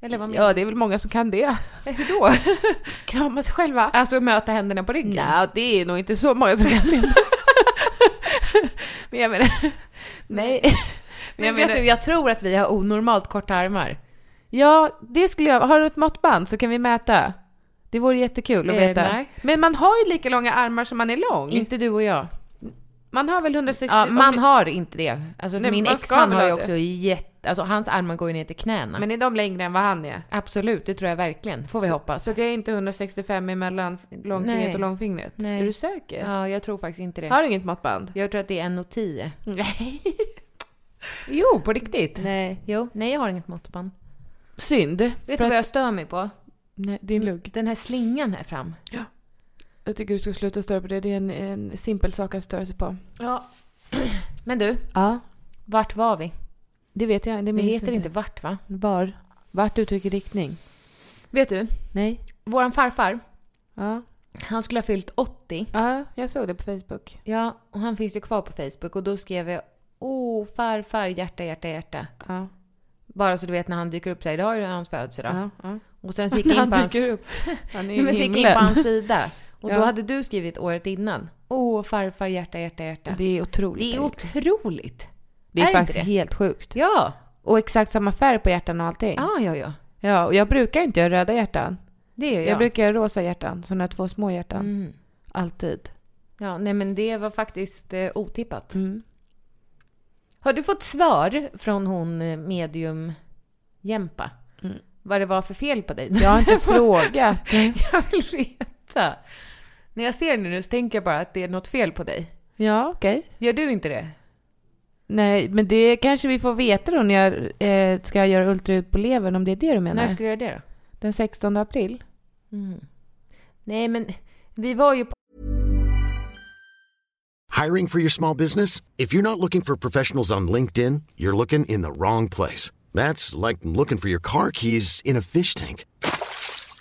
Speaker 1: Eller vad menar
Speaker 2: Ja, det är väl många som kan det.
Speaker 1: du? Hur då?
Speaker 2: Krama sig själva.
Speaker 1: Alltså möta händerna på ryggen?
Speaker 2: Nej, det är nog inte så många som kan det. Men jag menar... Nej.
Speaker 1: Men vet du, jag tror att vi har onormalt korta armar.
Speaker 2: Ja, det skulle jag... Har du ett måttband så kan vi mäta. Det vore jättekul att
Speaker 1: Eh,
Speaker 2: veta.
Speaker 1: nej.
Speaker 2: Men man har ju lika långa armar som man är lång.
Speaker 1: Inte du och jag.
Speaker 2: Man har väl 160...
Speaker 1: Ja,
Speaker 2: om-
Speaker 1: man har inte det. Alltså
Speaker 2: Nej,
Speaker 1: min
Speaker 2: man ska
Speaker 1: exman
Speaker 2: väl
Speaker 1: har ju
Speaker 2: ha det.
Speaker 1: också jätte... Alltså hans armar går ju ner till knäna.
Speaker 2: Men är de längre än vad han är?
Speaker 1: Absolut, det tror jag verkligen. Får vi hoppas.
Speaker 2: Så att jag är inte 165 emellan långfingret
Speaker 1: Nej.
Speaker 2: och långfingret?
Speaker 1: Nej.
Speaker 2: Är du säker?
Speaker 1: Ja, jag tror faktiskt inte det.
Speaker 2: Har du inget måttband?
Speaker 1: Jag tror att det är 1,10.
Speaker 2: Nej.
Speaker 1: Jo, på riktigt.
Speaker 2: Nej.
Speaker 1: Jo, nej jag har inget måttband.
Speaker 2: Synd.
Speaker 1: Vet
Speaker 2: För
Speaker 1: du vad
Speaker 2: att-
Speaker 1: jag stör mig på?
Speaker 2: Nej, din lugg.
Speaker 1: Den här slingan här fram.
Speaker 2: Jag tycker du ska sluta störa på det. Det är en, en simpel sak att störa sig på.
Speaker 1: Ja. Men du,
Speaker 2: Ja.
Speaker 1: vart var vi?
Speaker 2: Det vet jag. Det,
Speaker 1: Det
Speaker 2: minns
Speaker 1: heter inte vart va?
Speaker 2: Var? Vart uttrycker riktning?
Speaker 1: Vet du,
Speaker 2: Nej.
Speaker 1: våran farfar,
Speaker 2: Ja.
Speaker 1: han skulle ha fyllt 80.
Speaker 2: ja, jag såg det på Facebook.
Speaker 1: Ja, och han finns ju kvar på Facebook och då skrev jag Åh farfar, hjärta, hjärta, hjärta.
Speaker 2: Ja.
Speaker 1: Bara så du vet när han dyker upp så här, idag är det hans födelsedag.
Speaker 2: ja. ja.
Speaker 1: Och sen så gick jag in på hans,
Speaker 2: upp. Han är
Speaker 1: Nej, men så
Speaker 2: i
Speaker 1: gick jag in på
Speaker 2: himlen.
Speaker 1: hans sida. Och då
Speaker 2: Ja.
Speaker 1: hade du skrivit året innan. Åh farfar, hjärta, hjärta, hjärta. Det,
Speaker 2: Det är otroligt.
Speaker 1: är
Speaker 2: dåligt.
Speaker 1: otroligt.
Speaker 2: det är,
Speaker 1: är det
Speaker 2: faktiskt
Speaker 1: inte
Speaker 2: helt sjukt.
Speaker 1: Ja,
Speaker 2: Och exakt samma färg på hjärtan och allting.
Speaker 1: ja, ja, ja.
Speaker 2: Ja, och jag brukar inte göra röda hjärtan.
Speaker 1: Det gör jag.
Speaker 2: Jag brukar göra rosa hjärtan, sådana här två små hjärtan.
Speaker 1: Mm.
Speaker 2: Alltid.
Speaker 1: Ja, nej men det var faktiskt eh, otippat.
Speaker 2: Mm.
Speaker 1: Har du fått svar från hon eh, medium Jempa?
Speaker 2: Mm.
Speaker 1: Vad det var för fel på dig?
Speaker 2: Jag har inte frågat.
Speaker 1: jag vill veta. När jag ser dig nu så tänker jag bara att det är något fel på dig.
Speaker 2: Ja, okej.
Speaker 1: Gör du inte det?
Speaker 2: Nej, men det kanske vi får veta då när jag eh, ska göra ultraljud på levern, om det är det du menar.
Speaker 1: När ska du göra det
Speaker 2: Den 16 april?
Speaker 1: då? Mm. Nej men, vi var ju på
Speaker 3: Hiring for your small business? If you're not looking for professionals on LinkedIn, you're looking in the wrong place. That's like looking for your car keys in a fish tank.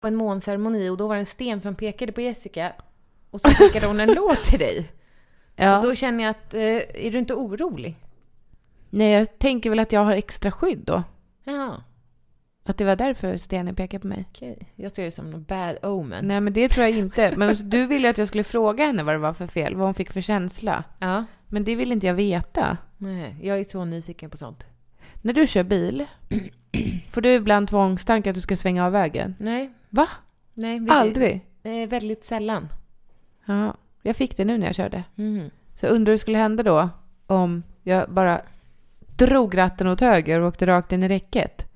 Speaker 1: på en månceremoni och då var det en sten som pekade på Jessica. Och så skickade hon en låt till dig.
Speaker 2: Ja.
Speaker 1: Och då känner jag att, eh, är du inte orolig?
Speaker 2: Nej, jag tänker väl att jag har extra skydd då.
Speaker 1: Ja,
Speaker 2: Att det var därför stenen pekade på mig.
Speaker 1: okej. Jag ser det som en bad omen.
Speaker 2: Nej, men det tror jag inte. Men alltså, du ville ju att jag skulle fråga henne vad det var för fel, vad hon fick för känsla.
Speaker 1: Ja.
Speaker 2: Men det vill inte jag veta.
Speaker 1: Nej, jag är så nyfiken på sånt.
Speaker 2: När du kör bil, får du ibland tvångstankar att du ska svänga av vägen?
Speaker 1: Nej,
Speaker 2: Va?
Speaker 1: nej. vi-
Speaker 2: Aldrig?
Speaker 1: Eh, väldigt sällan.
Speaker 2: Ja, jag fick det nu när jag körde.
Speaker 1: Mm.
Speaker 2: Så jag undrar hur det skulle hända då om jag bara drog ratten åt höger och åkte rakt in i räcket.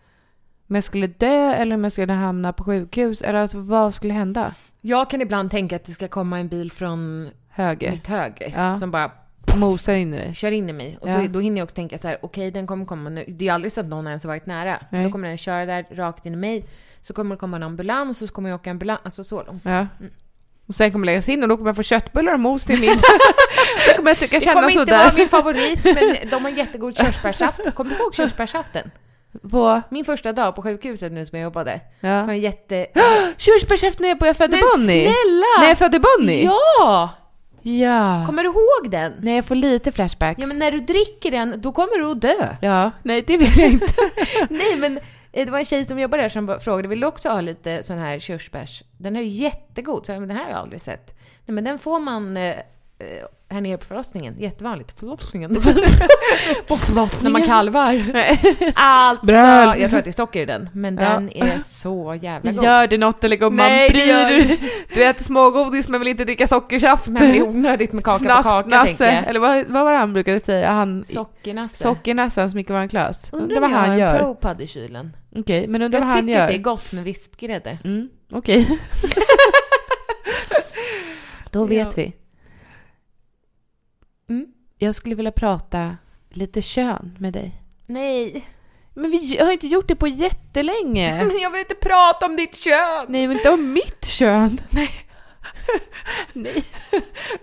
Speaker 2: Om jag skulle dö eller om jag skulle hamna på sjukhus eller alltså, vad skulle hända?
Speaker 1: Jag kan ibland tänka att det ska komma en bil från
Speaker 2: Höger.
Speaker 1: mitt höger
Speaker 2: Ja.
Speaker 1: som bara
Speaker 2: Mosar in i dig.
Speaker 1: kör in i mig. Och
Speaker 2: Ja.
Speaker 1: så, då hinner jag också tänka så här, okej den kommer komma nu. Det är ju aldrig så att någon ens har varit nära.
Speaker 2: Nej.
Speaker 1: Då kommer den köra där rakt in i mig. Så kommer det komma en ambulans och så kommer jag åka ambulans. Alltså så långt.
Speaker 2: Ja. Och sen kommer jag läggas in och då kommer jag få köttbullar och mos till middag. då kommer jag tycka
Speaker 1: Det kommer
Speaker 2: känna
Speaker 1: inte vara
Speaker 2: sådär.
Speaker 1: min favorit, men de har jättegod körsbärssaft. Kommer du ihåg körsbärssaften?
Speaker 2: På...
Speaker 1: Min första dag på sjukhuset nu som jag jobbade. Det var
Speaker 2: Ja.
Speaker 1: en jätte...
Speaker 2: Körsbärshäften är på jag födde
Speaker 1: Men
Speaker 2: Bonnie.
Speaker 1: snälla!
Speaker 2: När jag födde Bonnie?
Speaker 1: Ja!
Speaker 2: Ja.
Speaker 1: Kommer du ihåg den?
Speaker 2: Nej, jag får lite flashbacks.
Speaker 1: Ja men när du dricker den, då kommer du att dö.
Speaker 2: Ja. Nej, det vill jag inte.
Speaker 1: Nej men eh, det var en tjej som jobbade där som bara frågade, vill du också ha lite sån här körsbärs? Den är jättegod. Så jag, men den här har jag aldrig sett. Nej men den får man eh, eh, här nere på förlossningen. Jättevanligt. Förlossningen. på förlossningen. När man kalvar. Alltså,
Speaker 2: Bröl.
Speaker 1: jag tror att det är socker i den. Men
Speaker 2: Ja.
Speaker 1: den är så jävla god.
Speaker 2: Gör det något eller gumman?
Speaker 1: Nej, det
Speaker 2: Bryr
Speaker 1: gör
Speaker 2: du Du äter smågodis men vill inte dricka sockersaft.
Speaker 1: Men det är onödigt med kaka på kaka
Speaker 2: Snasknasse.
Speaker 1: tänker jag.
Speaker 2: Eller vad, vad var det han brukade säga? Han...
Speaker 1: Sockernasse.
Speaker 2: Sockernasse, han som gick i våran klass.
Speaker 1: Undrar
Speaker 2: Undrar
Speaker 1: om
Speaker 2: vad
Speaker 1: jag har
Speaker 2: han
Speaker 1: en
Speaker 2: gör.
Speaker 1: propad i kylen.
Speaker 2: Okej, men undrar
Speaker 1: Jag
Speaker 2: vad han
Speaker 1: tycker
Speaker 2: gör.
Speaker 1: att det är gott med vispgrädde.
Speaker 2: Mm, okej. Då vet
Speaker 1: Ja.
Speaker 2: vi. Mm. Jag skulle vilja prata lite kön med dig.
Speaker 1: Nej,
Speaker 2: Men vi har inte gjort det på jättelänge.
Speaker 1: men jag vill inte prata om ditt kön!
Speaker 2: Mm. Nej, men inte om mitt kön. Nej.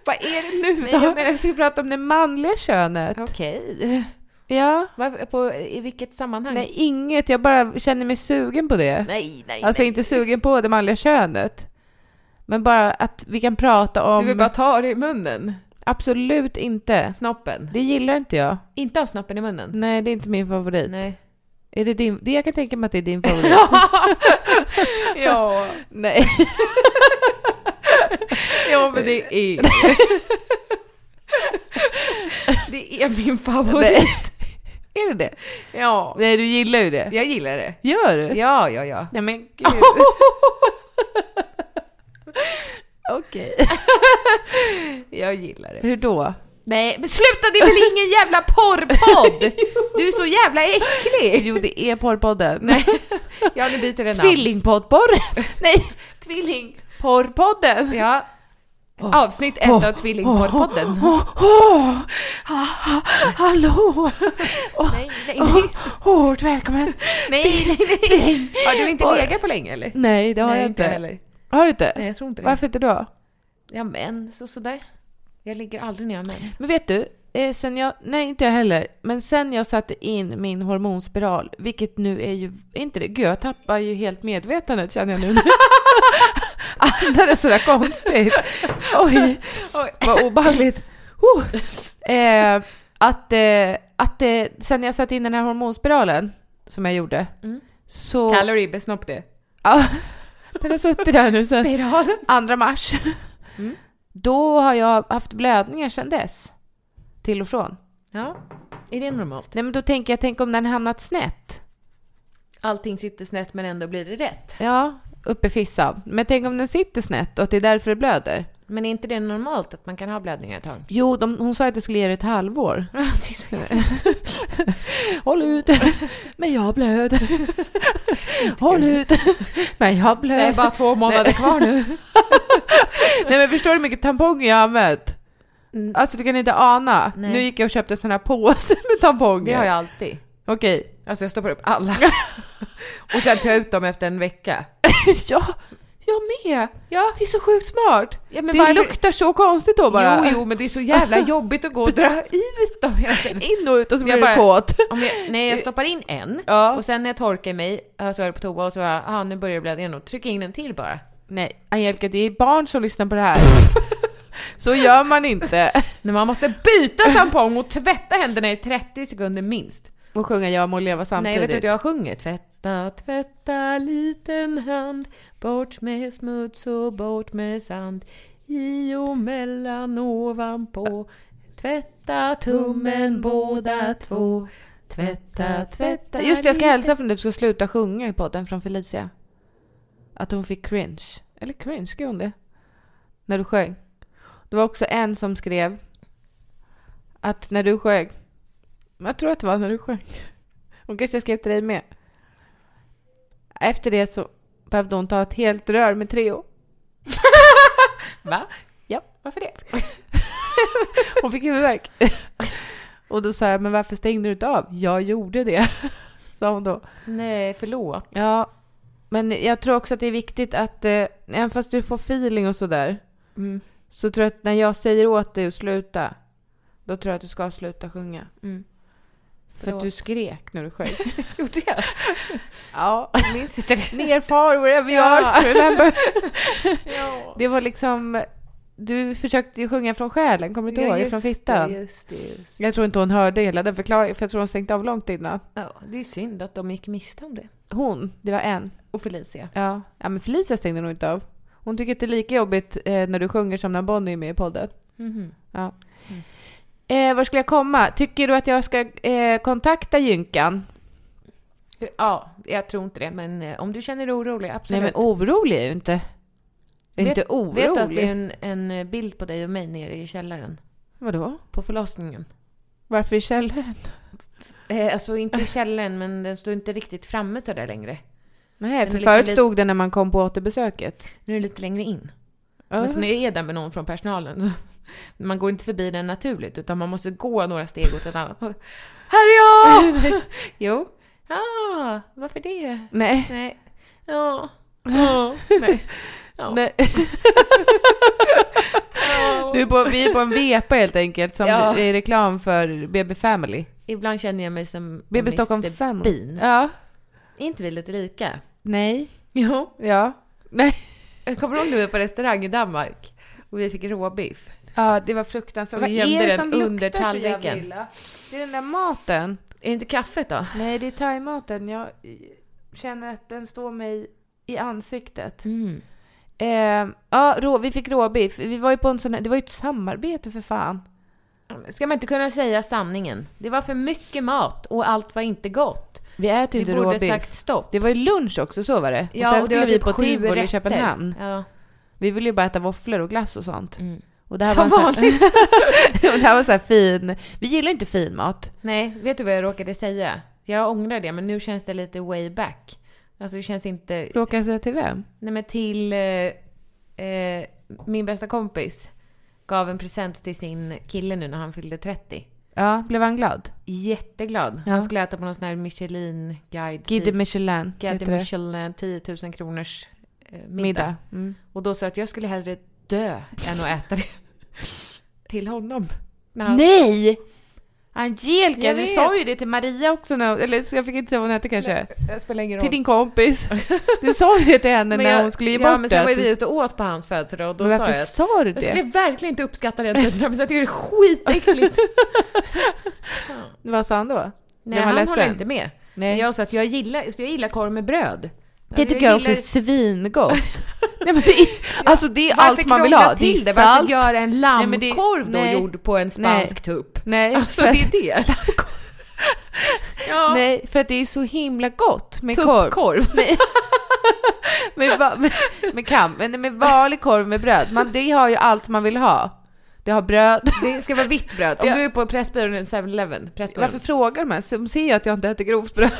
Speaker 1: Vad är det nu
Speaker 2: Nej, jag menar jag ska prata om det manliga könet.
Speaker 1: Okej.
Speaker 2: Ja.
Speaker 1: Varför- på- I vilket sammanhang?
Speaker 2: Nej, inget. Jag bara känner mig sugen på det.
Speaker 1: nej, nej.
Speaker 2: alltså
Speaker 1: nej.
Speaker 2: inte sugen på det manliga könet. Men bara att vi kan prata om...
Speaker 1: Du vill bara ta det i munnen.
Speaker 2: Absolut inte.
Speaker 1: Snoppen.
Speaker 2: Det gillar inte jag.
Speaker 1: Inte ha snoppen i munnen.
Speaker 2: Nej, det är inte min favorit.
Speaker 1: Nej.
Speaker 2: Är det din? Det jag kan tänka mig att det är din favorit.
Speaker 1: ja.
Speaker 2: Nej.
Speaker 1: ja, men det är... det är min favorit.
Speaker 2: Nej. Är det det?
Speaker 1: Ja.
Speaker 2: Nej, du gillar ju det.
Speaker 1: Jag gillar det.
Speaker 2: Gör du?
Speaker 1: Ja, ja, ja.
Speaker 2: Nej men gud. Okej.
Speaker 1: Jag gillar det.
Speaker 2: Hur då?
Speaker 1: Nej, men sluta! Det är väl ingen jävla porrpodd? Du är så jävla äcklig!
Speaker 2: Jo, det är porrpodden. Nej.
Speaker 1: Ja, nu byter den
Speaker 2: Tvillingpoddporren. Nej, tvillingporrpodden.
Speaker 1: Ja. Oh. Avsnitt ett
Speaker 2: Oh.
Speaker 1: av Tvillingporrpodden.
Speaker 2: Åh, ha- ha- hallå! Åh,
Speaker 1: Nej, nej, nej.
Speaker 2: åh, Hårt välkommen!
Speaker 1: Nej, nej, nej. Har du inte
Speaker 2: Porr.
Speaker 1: legat på länge eller?
Speaker 2: Nej, det har jag inte. Har du inte?
Speaker 1: Nej, jag tror inte det.
Speaker 2: Varför inte då?
Speaker 1: Ja, mens och sådär. Jag ligger aldrig när jag har mens.
Speaker 2: Men vet du, eh, sen jag, nej inte jag heller, men sen jag satte in min hormonspiral, vilket nu är ju, är inte det, gud jag tappar ju helt medvetandet känner jag nu. Andades sådär konstigt. Oj,
Speaker 1: Oj.
Speaker 2: vad obehagligt. Oh. Eh, att eh, att eh, sen jag satte in den här hormonspiralen som jag gjorde,
Speaker 1: Mm.
Speaker 2: så...
Speaker 1: Kallar du Ibbe snopp det?
Speaker 2: Ja, den har suttit där nu sen
Speaker 1: Spiralen.
Speaker 2: 2 mars.
Speaker 1: Mm.
Speaker 2: Då har jag haft blödningar sedan dess. Till och från.
Speaker 1: Ja. Är det normalt?
Speaker 2: Nej men då tänker jag, tänk om den hamnat snett?
Speaker 1: Allting sitter snett men ändå blir det rätt.
Speaker 2: Ja, uppe i fissan. Men tänk om den sitter snett och att det är därför det blöder?
Speaker 1: Men är inte det normalt att man kan ha blödningar ett tag?
Speaker 2: Jo, de, hon sa att det skulle ge det ett halvår.
Speaker 1: Det är så jävla-
Speaker 2: Håll ut! Men jag blöder. Håll ut! Men jag
Speaker 1: Det är bara
Speaker 2: blöder.
Speaker 1: två månader kvar nu.
Speaker 2: Nej men förstår du hur mycket tamponger jag har använt?
Speaker 1: Mm.
Speaker 2: Alltså du kan inte ana.
Speaker 1: Nej.
Speaker 2: Nu gick jag och köpte en sån här påse med tamponger.
Speaker 1: Det har jag alltid.
Speaker 2: Okej.
Speaker 1: Alltså jag stoppar upp alla. och sen tar jag ut dem efter en vecka.
Speaker 2: ja, jag med.
Speaker 1: Ja.
Speaker 2: Det är så sjukt smart.
Speaker 1: Ja, men
Speaker 2: det
Speaker 1: varför-
Speaker 2: luktar så konstigt då bara.
Speaker 1: Jo, jo, men det är så jävla jobbigt att gå och dra ut dem hela tiden.
Speaker 2: In och ut och så
Speaker 1: Jag
Speaker 2: blir du
Speaker 1: bara-
Speaker 2: kåt.
Speaker 1: Om jag, nej, jag stoppar in en
Speaker 2: Ja.
Speaker 1: och sen när jag torkar mig eh, så är jag på toa och så bara, ah, nu börjar det blöda igen och trycker in en till bara.
Speaker 2: Nej, Angelica, det är barn som lyssnar på det här. så gör man inte.
Speaker 1: När man måste byta tampong och tvätta händerna i 30 sekunder minst.
Speaker 2: Och sjunga Jag må leva samtidigt.
Speaker 1: Nej, vet du vad jag sjunger? Tvätta, tvätta liten hand, bort med smuts och bort med sand, i och mellan ovanpå. Tvätta tummen båda två. Tvätta, tvätta.
Speaker 2: Just det, jag ska
Speaker 1: liten-
Speaker 2: hälsa från dig att du ska sluta sjunga i podden från Felicia. Att hon fick cringe. Eller cringe, skrev hon det? När du sjöng. Det var också en som skrev att när du sjöng. Jag tror att det var när du sjöng. Hon kanske skrev till dig med. Efter det så behövde hon ta ett helt rör med Treo.
Speaker 1: Va?
Speaker 2: Ja.
Speaker 1: Varför det?
Speaker 2: Hon fick huvudvärk. Och då sa jag, men varför stängde du inte av? Jag gjorde det, sa hon då.
Speaker 1: Nej, förlåt.
Speaker 2: Ja, men jag tror också att det är viktigt att eh, även fast du får feeling och sådär
Speaker 1: Mm.
Speaker 2: så tror jag att när jag säger åt dig att sluta då tror jag att du ska sluta sjunga.
Speaker 1: Mm.
Speaker 2: För att du skrek när du sjöng.
Speaker 1: Gjorde jag?
Speaker 2: ja.
Speaker 1: Minns inte det.
Speaker 2: Ner far wherever you
Speaker 1: Ja.
Speaker 2: are, remember.
Speaker 1: Ja.
Speaker 2: Det var liksom, du försökte ju sjunga från själen, kommer du inte ihåg? Från fittan.
Speaker 1: Just det, just det.
Speaker 2: Jag tror inte hon hörde hela den förklaringen för jag tror hon stängde av långt innan.
Speaker 1: Ja, det är synd att de gick miste om det.
Speaker 2: Hon, det var en.
Speaker 1: Och Felicia.
Speaker 2: Ja, ja men Felicia stängde nog inte av. Hon tycker att det är lika jobbigt eh, när du sjunger som när Bonnie är med i podden.
Speaker 1: Mhm.
Speaker 2: Ja. Eh, var skulle jag komma? Tycker du att jag ska eh, kontakta Jynkan?
Speaker 1: Ja, jag tror inte det, men eh, om du känner dig orolig,
Speaker 2: Nej
Speaker 1: absolut.
Speaker 2: men orolig är jag ju inte. Jag är
Speaker 1: Vet-
Speaker 2: inte orolig.
Speaker 1: Vet du att det är en, en bild på dig och mig nere i källaren?
Speaker 2: Vadå?
Speaker 1: På förlossningen.
Speaker 2: Varför i källaren?
Speaker 1: Eh, alltså inte i källaren, men den står inte riktigt framme sådär längre.
Speaker 2: Nej, för
Speaker 1: liksom
Speaker 2: förut
Speaker 1: lite-
Speaker 2: stod den när man kom på återbesöket.
Speaker 1: Nu är det lite längre in.
Speaker 2: Ja.
Speaker 1: Men så när jag är där med någon från personalen, man går inte förbi den naturligt, utan man måste gå några steg åt ett annat håll. Här är jag! jo. Ah, varför det?
Speaker 2: Nej.
Speaker 1: Nej. Ja. Ja. Nej. Ja.
Speaker 2: Nej. Du är på, vi är på en vepa helt enkelt som
Speaker 1: Ja.
Speaker 2: är reklam för BB Family.
Speaker 1: Ibland känner jag mig som
Speaker 2: BB Stockholm
Speaker 1: Mr.
Speaker 2: Family.
Speaker 1: Bean.
Speaker 2: Ja.
Speaker 1: Är inte vi lite lika?
Speaker 2: Nej.
Speaker 1: Jo.
Speaker 2: Ja. Nej.
Speaker 1: Jag kommer ihåg när vi var på restaurang i Danmark och vi fick råbiff.
Speaker 2: Ja, det var fruktansvärt.
Speaker 1: Och vi gömde den under tallriken.
Speaker 2: illa? Det är den där maten.
Speaker 1: Är det inte kaffet då?
Speaker 2: Nej, det är thaimaten. Jag känner att den står mig i ansiktet.
Speaker 1: Mm.
Speaker 2: Eh, ja, rå, vi fick råbiff. Vi var ju på en sån här, det var ju ett samarbete för fan.
Speaker 1: Ska man inte kunna säga sanningen? Det var för mycket mat och allt var inte gott.
Speaker 2: Vi äter ju
Speaker 1: Vi
Speaker 2: inte
Speaker 1: borde
Speaker 2: råbiff.
Speaker 1: sagt stopp.
Speaker 2: Det var ju lunch också, så var det. Och sen
Speaker 1: det
Speaker 2: skulle
Speaker 1: var
Speaker 2: vi
Speaker 1: typ
Speaker 2: på
Speaker 1: sju
Speaker 2: Tivoli i
Speaker 1: rätter.
Speaker 2: Köpenhamn.
Speaker 1: Ja.
Speaker 2: Vi ville ju bara äta våfflor och glass och sånt.
Speaker 1: Mm.
Speaker 2: Och det här
Speaker 1: Som
Speaker 2: var en sån här- och det här var så här fin... Vi gillar ju inte fin mat.
Speaker 1: Nej, vet du vad jag råkade säga? Jag ångrar det, men nu känns det lite way back. Alltså det känns inte...
Speaker 2: Råkar jag säga till vem?
Speaker 1: Nej men till... Eh, eh, min bästa kompis gav en present till sin kille nu när han fyllde 30.
Speaker 2: Ja, blev han glad?
Speaker 1: Jätteglad.
Speaker 2: Ja.
Speaker 1: Han skulle äta på någon sån här Michelin guide.
Speaker 2: Guide Typ. Michelin
Speaker 1: Guide
Speaker 2: heter det.
Speaker 1: Michelin, 10 000 kronors eh, middag.
Speaker 2: Middag. Mm.
Speaker 1: Och då sa jag att jag skulle hellre dö än att äta det. till honom. När han-
Speaker 2: Nej! Angelica,
Speaker 1: Jag
Speaker 2: du
Speaker 1: vet.
Speaker 2: sa ju det till Maria också, när, eller så jag fick inte säga vad hon hette kanske.
Speaker 1: Det spelar ingen
Speaker 2: Till
Speaker 1: roll.
Speaker 2: din kompis. Du sa ju det till henne
Speaker 1: Men
Speaker 2: när
Speaker 1: jag-
Speaker 2: hon skulle ge
Speaker 1: ja,
Speaker 2: bort det.
Speaker 1: men sen var
Speaker 2: att
Speaker 1: vi
Speaker 2: du-
Speaker 1: ute och åt på hans födelsedag och då
Speaker 2: men
Speaker 1: sa
Speaker 2: varför
Speaker 1: jag
Speaker 2: sa,
Speaker 1: att
Speaker 2: du det?
Speaker 1: jag skulle verkligen inte uppskatta den typen av present. Jag tycker det är skitäckligt.
Speaker 2: Vad sa han då?
Speaker 1: Nej,
Speaker 2: var
Speaker 1: han
Speaker 2: ledsen.
Speaker 1: håller inte med.
Speaker 2: Nej.
Speaker 1: Jag sa att jag gillar, så jag gillar korv med bröd. Alltså,
Speaker 2: Det tycker jag också är svingott. Nej, men det är, alltså det är
Speaker 1: Varför
Speaker 2: allt man vill ha.
Speaker 1: krångla till det?
Speaker 2: är
Speaker 1: Varför
Speaker 2: salt.
Speaker 1: göra en
Speaker 2: Nej, men det-
Speaker 1: lammkorv då
Speaker 2: nej.
Speaker 1: gjord på en spansk tupp?
Speaker 2: Nej,
Speaker 1: Alltså
Speaker 2: för
Speaker 1: det
Speaker 2: att,
Speaker 1: är det. ja.
Speaker 2: nej, för att det är så himla gott med korv.
Speaker 1: Tuppkorv.
Speaker 2: Med, va- med, med, kam, men med vanlig korv med bröd. Man, det har ju allt man vill ha. Det har bröd.
Speaker 1: Det ska vara vitt bröd. Om
Speaker 2: Ja.
Speaker 1: du är på Pressbyrån eller 7-Eleven, Pressbyrån.
Speaker 2: Varför frågar de ens? De ser ju att jag inte äter grovt bröd.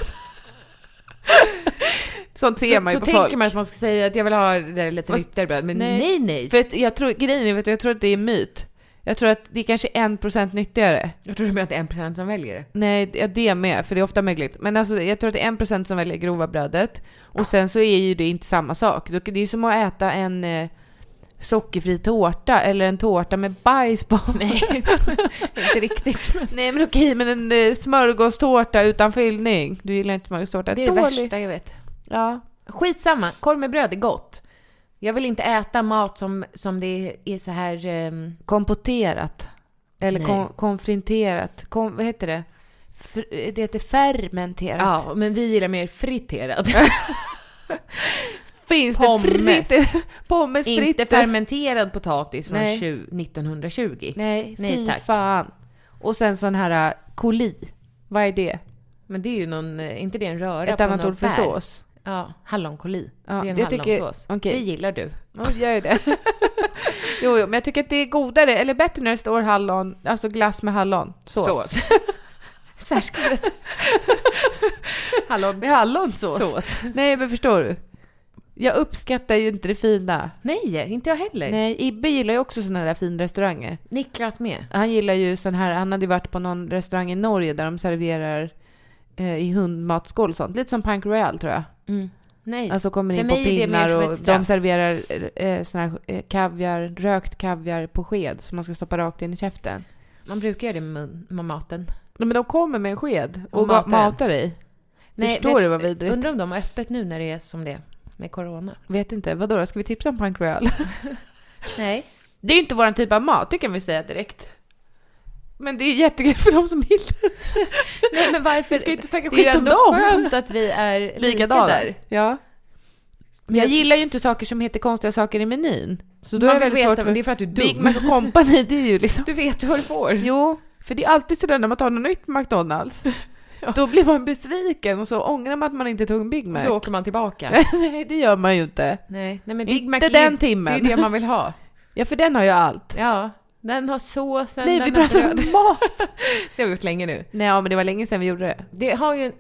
Speaker 2: Sånt ser man ju
Speaker 1: så
Speaker 2: på
Speaker 1: tänker
Speaker 2: folk.
Speaker 1: man att man ska säga att jag vill ha det där lite
Speaker 2: Fast-
Speaker 1: nykterbröd, men
Speaker 2: nej.
Speaker 1: nej nej.
Speaker 2: För att jag tror, grejen är, vet du, jag tror att det är en myt. Jag tror att det är kanske är 1% nyttigare.
Speaker 1: Jag tror du menar att det är en procent som väljer det.
Speaker 2: Nej, det- det med, för det är ofta mögligt. Men alltså, jag tror att det är 1% som väljer grova brödet. Och sen så är ju det inte samma sak. Då- Det är ju som att äta en eh, sockerfri tårta eller en tårta med bajs på. Nej,
Speaker 1: Inte riktigt. men
Speaker 2: Nej men okej, men en eh, smörgåstårta utan fyllning. Du gillar inte smörgåstårta.
Speaker 1: Det är det
Speaker 2: Dålig.
Speaker 1: värsta jag vet.
Speaker 2: Ja.
Speaker 1: Skitsamma, korv med bröd är gott. Jag vill inte äta mat som, som det är så här ehm,
Speaker 2: Kompoterat. Eller
Speaker 1: Nej.
Speaker 2: kon- konfronterat. Kon- vad heter det? Fr- det heter fermenterat.
Speaker 1: Ja, men vi gillar mer friterad.
Speaker 2: Finns
Speaker 1: Pommes.
Speaker 2: det frites? Pommes
Speaker 1: inte
Speaker 2: frites.
Speaker 1: fermenterad potatis från
Speaker 2: Nej.
Speaker 1: tju- 1920.
Speaker 2: Nej,
Speaker 1: Nej,
Speaker 2: fy
Speaker 1: tack.
Speaker 2: fan. Och sen sån här uh, koli. Vad är det?
Speaker 1: Men det är ju någon, eh, inte det en röra
Speaker 2: Ett
Speaker 1: på
Speaker 2: annat
Speaker 1: något
Speaker 2: ord för
Speaker 1: bär?
Speaker 2: sås.
Speaker 1: Ja, hallonkoli.
Speaker 2: Ja,
Speaker 1: det är en
Speaker 2: jag tycker-
Speaker 1: hallonsås.
Speaker 2: okej.
Speaker 1: Det gillar du.
Speaker 2: Ja, det gör ju det. jo, jo, men jag tycker att det är godare, eller bättre när det står hallon, alltså glass med hallon. Sås.
Speaker 1: Särskrivet.
Speaker 2: Hallon med hallonsås.
Speaker 1: Sås.
Speaker 2: Nej, men förstår du? Jag uppskattar ju inte det fina.
Speaker 1: Nej, inte jag heller.
Speaker 2: Nej, Ibbe gillar ju också såna där fina restauranger.
Speaker 1: Niklas med.
Speaker 2: Han gillar ju sån här, han hade ju varit på någon restaurang i Norge där de serverar eh, i hundmatskål och sånt. Lite som Punk Royale tror jag.
Speaker 1: Nej.
Speaker 2: Alltså kommer
Speaker 1: För
Speaker 2: in på
Speaker 1: mig är det mer
Speaker 2: pinnar
Speaker 1: som
Speaker 2: och
Speaker 1: ett straff.
Speaker 2: de serverar eh, sån här eh, kaviar, rökt kaviar på sked som man ska stoppa rakt in i käften.
Speaker 1: Man brukar göra det med, mun- med maten.
Speaker 2: Nej, men de kommer med en sked och,
Speaker 1: Och
Speaker 2: ga-
Speaker 1: matar den.
Speaker 2: matar dig.
Speaker 1: Nej,
Speaker 2: Förstår
Speaker 1: vet-
Speaker 2: du vad vidrigt?
Speaker 1: Undrar om de har öppet nu när det är som det är med corona.
Speaker 2: Vet inte, vadå då? Ska vi tipsa om Punk Royale?
Speaker 1: Nej.
Speaker 2: Det är ju inte våran typ av mat, det kan vi säga direkt. Men det är jättekul för de som gillar.
Speaker 1: Nej men varför?
Speaker 2: Vi ska ju inte snacka
Speaker 1: det
Speaker 2: skit
Speaker 1: är
Speaker 2: om
Speaker 1: ändå
Speaker 2: dem.
Speaker 1: skönt att vi är lika där.
Speaker 2: Ja. Men jag gillar ju inte saker som heter konstiga saker i menyn. Så då är det
Speaker 1: vill
Speaker 2: väldigt
Speaker 1: veta,
Speaker 2: svårt
Speaker 1: men det är för att du är
Speaker 2: Big
Speaker 1: dum.
Speaker 2: Mac och Company, det är ju liksom...
Speaker 1: Du vet vad du får.
Speaker 2: Jo, för det är alltid sådär när man tar något nytt McDonalds. Då blir man besviken och så ångrar man att man inte tog en Big Mac.
Speaker 1: Så åker man tillbaka.
Speaker 2: Nej, det gör man ju inte.
Speaker 1: Nej, nej men
Speaker 2: Inte
Speaker 1: Big Mac är
Speaker 2: den
Speaker 1: ju-
Speaker 2: timmen.
Speaker 1: Det är ju det man vill ha.
Speaker 2: Ja, för den har ju allt.
Speaker 1: Ja. Den har såsen,
Speaker 2: Nej,
Speaker 1: den
Speaker 2: vi
Speaker 1: har
Speaker 2: pratar
Speaker 1: bröd.
Speaker 2: om mat.
Speaker 1: Det har vi gjort länge nu.
Speaker 2: Nej, ja, men det var länge sedan vi gjorde det.
Speaker 1: Det har ju...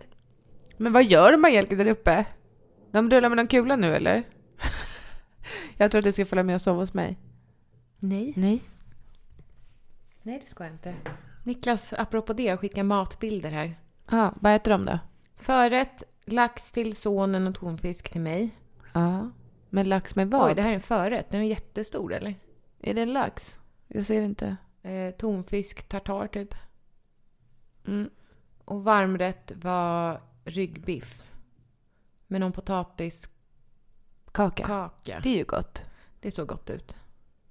Speaker 2: Men vad gör de här Jelke där uppe? De rullar med någon kula nu eller? jag tror att du ska följa med och sova hos mig.
Speaker 1: Nej.
Speaker 2: Nej.
Speaker 1: Nej, det ska jag inte. Niklas, apropå det, jag skickar matbilder här.
Speaker 2: Ja, vad äter de då?
Speaker 1: Förrätt, lax till sonen och tonfisk till mig.
Speaker 2: Ja. Men lax med vad?
Speaker 1: Oj, det här är en förrätt. Den är jättestor, eller?
Speaker 2: Är det en lax? Jag ser inte.
Speaker 1: Eh, tonfisk, tartar, typ.
Speaker 2: Mm.
Speaker 1: Och varmrätt var ryggbiff. Med någon potatiskaka.
Speaker 2: Kaka. Det är ju gott.
Speaker 1: Det såg gott ut.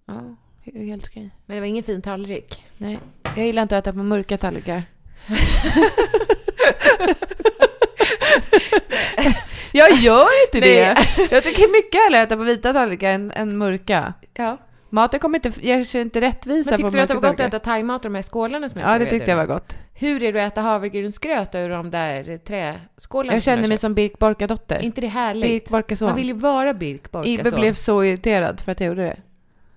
Speaker 2: Ja, helt okej.
Speaker 1: Men det var ingen fin tallrik.
Speaker 2: Nej, jag gillar inte att äta på mörka tallrikar. jag gör inte det! Jag tycker mycket hellre att äta på vita tallrikar än, än mörka.
Speaker 1: Ja.
Speaker 2: Maten kommer inte, ger sig inte rättvisa på
Speaker 1: Men tyckte du
Speaker 2: mörka
Speaker 1: att det var gott att
Speaker 2: tallrikar.
Speaker 1: äta thaimat och de här skålarna som jag
Speaker 2: Ja, det
Speaker 1: serverade
Speaker 2: tyckte jag
Speaker 1: dig?
Speaker 2: var gott.
Speaker 1: Hur är det att äta havregrynsgröt ur de där träskålarna?
Speaker 2: Jag
Speaker 1: som
Speaker 2: kände
Speaker 1: har
Speaker 2: mig
Speaker 1: köpt?
Speaker 2: som Birk Borkadotter.
Speaker 1: Är inte det härligt?
Speaker 2: Birk Borkason.
Speaker 1: Man vill ju vara alltså. Birk Borkason.
Speaker 2: Ibe blev så irriterad för att jag gjorde det.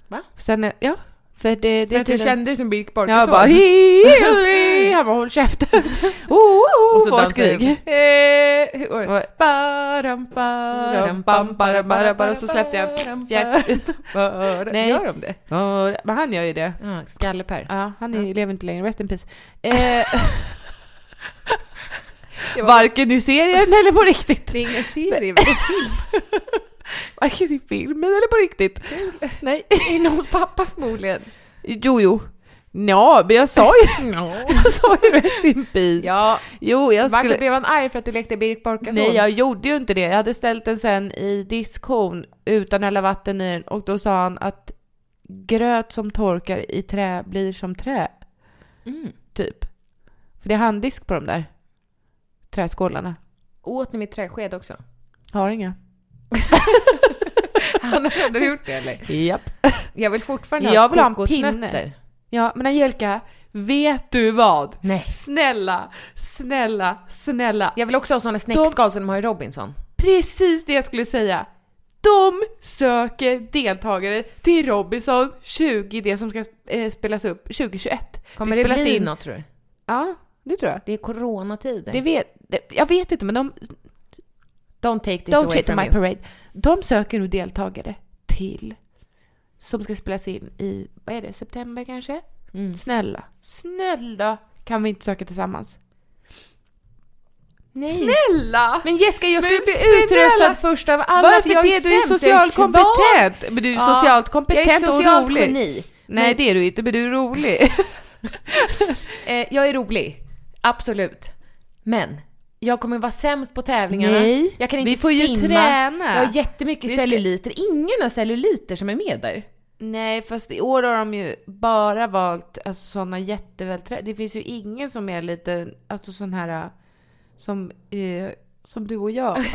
Speaker 1: Va?
Speaker 2: Sen, ja. För det, det
Speaker 1: För att du
Speaker 2: tydligen-
Speaker 1: kände dig som Birk Borkason?
Speaker 2: Jag bara "Hilly!" Han bara håll käften. Oh, oh,
Speaker 1: Och så
Speaker 2: oh, vårt
Speaker 1: dansar jag.
Speaker 2: krig.
Speaker 1: Eh,
Speaker 2: Och-
Speaker 1: Baram, baram, bam, baram, baram, baram,
Speaker 2: Och så släppte jag fjärt.
Speaker 1: Nej.
Speaker 2: Nej.
Speaker 1: Gör de det?
Speaker 2: Ja, Men han gör ju det.
Speaker 1: Ja, Skalleper.
Speaker 2: Ja, han är, lever inte längre. Rest in peace. Eh,
Speaker 1: Det var-
Speaker 2: varken i serien eller på riktigt.
Speaker 1: Det är ingen serie.
Speaker 2: Varken i filmen eller på riktigt. Nej.
Speaker 1: Inne hos pappa förmodligen.
Speaker 2: Jo, jo. Ja, men jag sa ju, jag sa ju rest in peace.
Speaker 1: Ja,
Speaker 2: Jo, jag
Speaker 1: varför
Speaker 2: skulle...
Speaker 1: blev han arg för att du lekte Birk Borkason?
Speaker 2: Nej, jag gjorde ju inte det. Jag hade ställt den sen i diskhon utan hälla vatten i den och då sa han att gröt som torkar i trä blir som trä,
Speaker 1: Mm.
Speaker 2: typ. För det är handdisk på de där träskålarna.
Speaker 1: Åt ni mitt träsked också?
Speaker 2: Har inga.
Speaker 1: Annars hade du gjort det eller?
Speaker 2: Japp.
Speaker 1: Jag vill fortfarande
Speaker 2: Jag
Speaker 1: ha
Speaker 2: vill ha en
Speaker 1: kokosnötter.
Speaker 2: pinne. Ja, men Angelica, vet du vad?
Speaker 1: Nej.
Speaker 2: Snälla, snälla, snälla.
Speaker 1: Jag vill också ha såna snäckskal som de har i Robinson.
Speaker 2: Precis det jag skulle säga. De söker deltagare till Robinson 20, det som ska eh, spelas upp 2021.
Speaker 1: Kommer det,
Speaker 2: spelas
Speaker 1: bli
Speaker 2: in-
Speaker 1: något tror du?
Speaker 2: Ja, det tror jag.
Speaker 1: Det är coronatider.
Speaker 2: Det vet, det- jag vet inte, men de...
Speaker 1: Don't take this
Speaker 2: Don't
Speaker 1: away
Speaker 2: shit on
Speaker 1: from
Speaker 2: my
Speaker 1: you.
Speaker 2: parade. De söker nu deltagare till
Speaker 4: som ska spelas in i, vad är det, september kanske?
Speaker 2: Mm.
Speaker 4: Snälla, snälla kan vi inte söka tillsammans?
Speaker 1: Nej.
Speaker 4: Snälla!
Speaker 1: Men Jessica, jag skulle
Speaker 4: Men
Speaker 1: bli
Speaker 4: snälla!
Speaker 1: utröstad först av alla
Speaker 4: Varför
Speaker 1: för jag
Speaker 4: det?
Speaker 1: är
Speaker 4: Du är
Speaker 1: sämst, jag
Speaker 4: socialt
Speaker 1: svag.
Speaker 4: kompetent. Men du är
Speaker 1: Ja,
Speaker 4: socialt kompetent
Speaker 1: jag är ett socialt
Speaker 4: och rolig.
Speaker 1: Geni.
Speaker 4: Nej det är du inte, men du är rolig.
Speaker 1: Eh, jag är rolig, absolut. Men jag kommer vara sämst på tävlingarna.
Speaker 4: Nej,
Speaker 1: jag kan
Speaker 4: vi
Speaker 1: inte
Speaker 4: får ju
Speaker 1: simma.
Speaker 4: träna.
Speaker 1: Jag har jättemycket
Speaker 4: Vi ska-
Speaker 1: celluliter. Ingen har celluliter som är med där.
Speaker 4: Nej, fast i år har de ju bara valt alltså, sådana jättevälträ. Det finns ju ingen som är lite, alltså sån här äh, som, eh, som du och jag.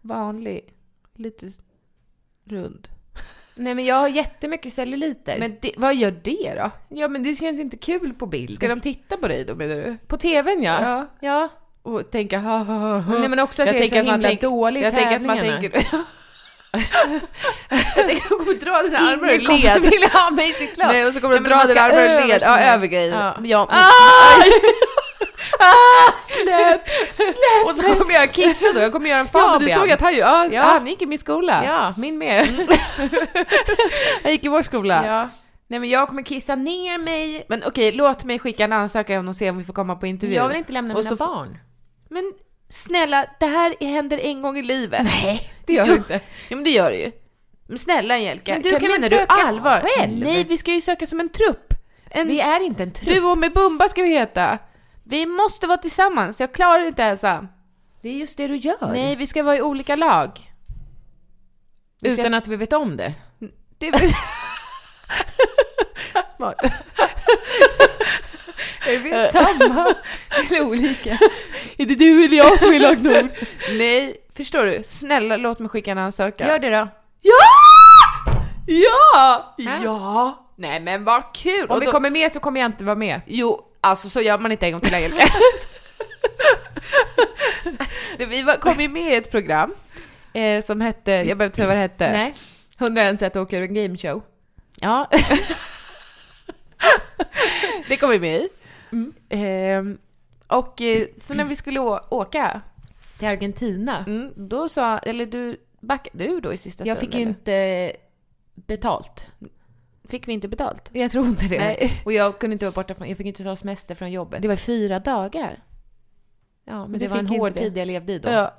Speaker 4: Vanlig. Lite rund.
Speaker 1: Nej men jag har jättemycket celluliter.
Speaker 4: Men det, vad gör det då?
Speaker 1: ja men det känns inte kul på bild.
Speaker 4: Ska de titta på dig då menar du?
Speaker 1: På TVn ja.
Speaker 4: Ja.
Speaker 1: ja.
Speaker 4: Och tänka ha ha ha, ha.
Speaker 1: Nej men också att jag, är
Speaker 4: tänker
Speaker 1: så himla
Speaker 4: man tänker-
Speaker 1: dålig i
Speaker 4: Jag tänker att man
Speaker 1: tävlingarna.
Speaker 4: tänker... jag tänker att de kommer dra dina armar ur
Speaker 1: Ingen kommer
Speaker 4: led.
Speaker 1: vilja ha mig såklart.
Speaker 4: Nej, och så kommer de
Speaker 1: Nej, men
Speaker 4: dra
Speaker 1: man
Speaker 4: dina
Speaker 1: ska
Speaker 4: armar ur
Speaker 1: över
Speaker 4: led. Ja,
Speaker 1: sina-
Speaker 4: över grejen.
Speaker 1: Ja. Ah!
Speaker 4: Ja, men-
Speaker 1: Släpp! Släpp! Och så kommer jag kissa då, jag kommer göra en Fabian.
Speaker 4: Ja, men du såg att han ju, ja, Mm.
Speaker 1: Ja.
Speaker 4: han Ah, gick i min skola.
Speaker 1: Ja, min med.
Speaker 4: Han gick i vår skola.
Speaker 1: Ja. Nej men jag kommer kissa ner mig.
Speaker 4: Men okej, låt mig skicka en ansökan och se om vi får komma på intervju.
Speaker 1: Jag vill inte lämna
Speaker 4: Och
Speaker 1: mina
Speaker 4: så f-
Speaker 1: barn.
Speaker 4: Men snälla, det här händer en gång i livet. Nej,
Speaker 1: det gör
Speaker 4: jo.
Speaker 1: det inte.
Speaker 4: Jo, men det gör det ju. Men snälla Angelica,
Speaker 1: Men du kan väl
Speaker 4: menar du
Speaker 1: söka
Speaker 4: allvar?
Speaker 1: själv?
Speaker 4: Nej, vi ska ju söka som en trupp. En
Speaker 1: Vi är inte en trupp.
Speaker 4: duo med Bumba ska vi heta. Vi måste vara tillsammans, jag klarar det inte ensam.
Speaker 1: Det är just det du gör.
Speaker 4: Nej, vi ska vara i olika lag.
Speaker 1: Utan att vi vet om det.
Speaker 4: Det är... Smart.
Speaker 1: Är vi samma?
Speaker 4: Eller olika. Är det du eller jag som är lag nord? Nej, förstår du? Snälla låt mig skicka en ansökan.
Speaker 1: Gör det då.
Speaker 4: Ja! Ja!
Speaker 1: Äh?
Speaker 4: Ja! Nej men vad kul!
Speaker 1: Om
Speaker 4: Och
Speaker 1: vi
Speaker 4: då-
Speaker 1: kommer med så kommer jag inte vara med.
Speaker 4: Jo, alltså så gör man inte en gång till Angelica. Nej, Vi var- kom ju med i ett program eh, som hette, jag behöver inte säga vad det hette.
Speaker 1: Nej. Hundra ens att åka ur en gameshow.
Speaker 4: Ja. det kom vi med i. Ehm, och eh, så när vi skulle å- åka,
Speaker 1: Till Argentina.
Speaker 4: mm, då sa, eller du backade du då i sista
Speaker 1: Jag
Speaker 4: stund?
Speaker 1: fick ju
Speaker 4: eller?
Speaker 1: inte betalt.
Speaker 4: Fick vi inte betalt?
Speaker 1: Jag tror inte det.
Speaker 4: Nej.
Speaker 1: Och jag kunde inte vara borta från, jag fick inte ta semester från jobbet.
Speaker 4: Det var fyra dagar.
Speaker 1: ja, men
Speaker 4: men
Speaker 1: det
Speaker 4: du
Speaker 1: var en
Speaker 4: fick
Speaker 1: hård
Speaker 4: inte det.
Speaker 1: tid jag levde i då.
Speaker 4: Ja.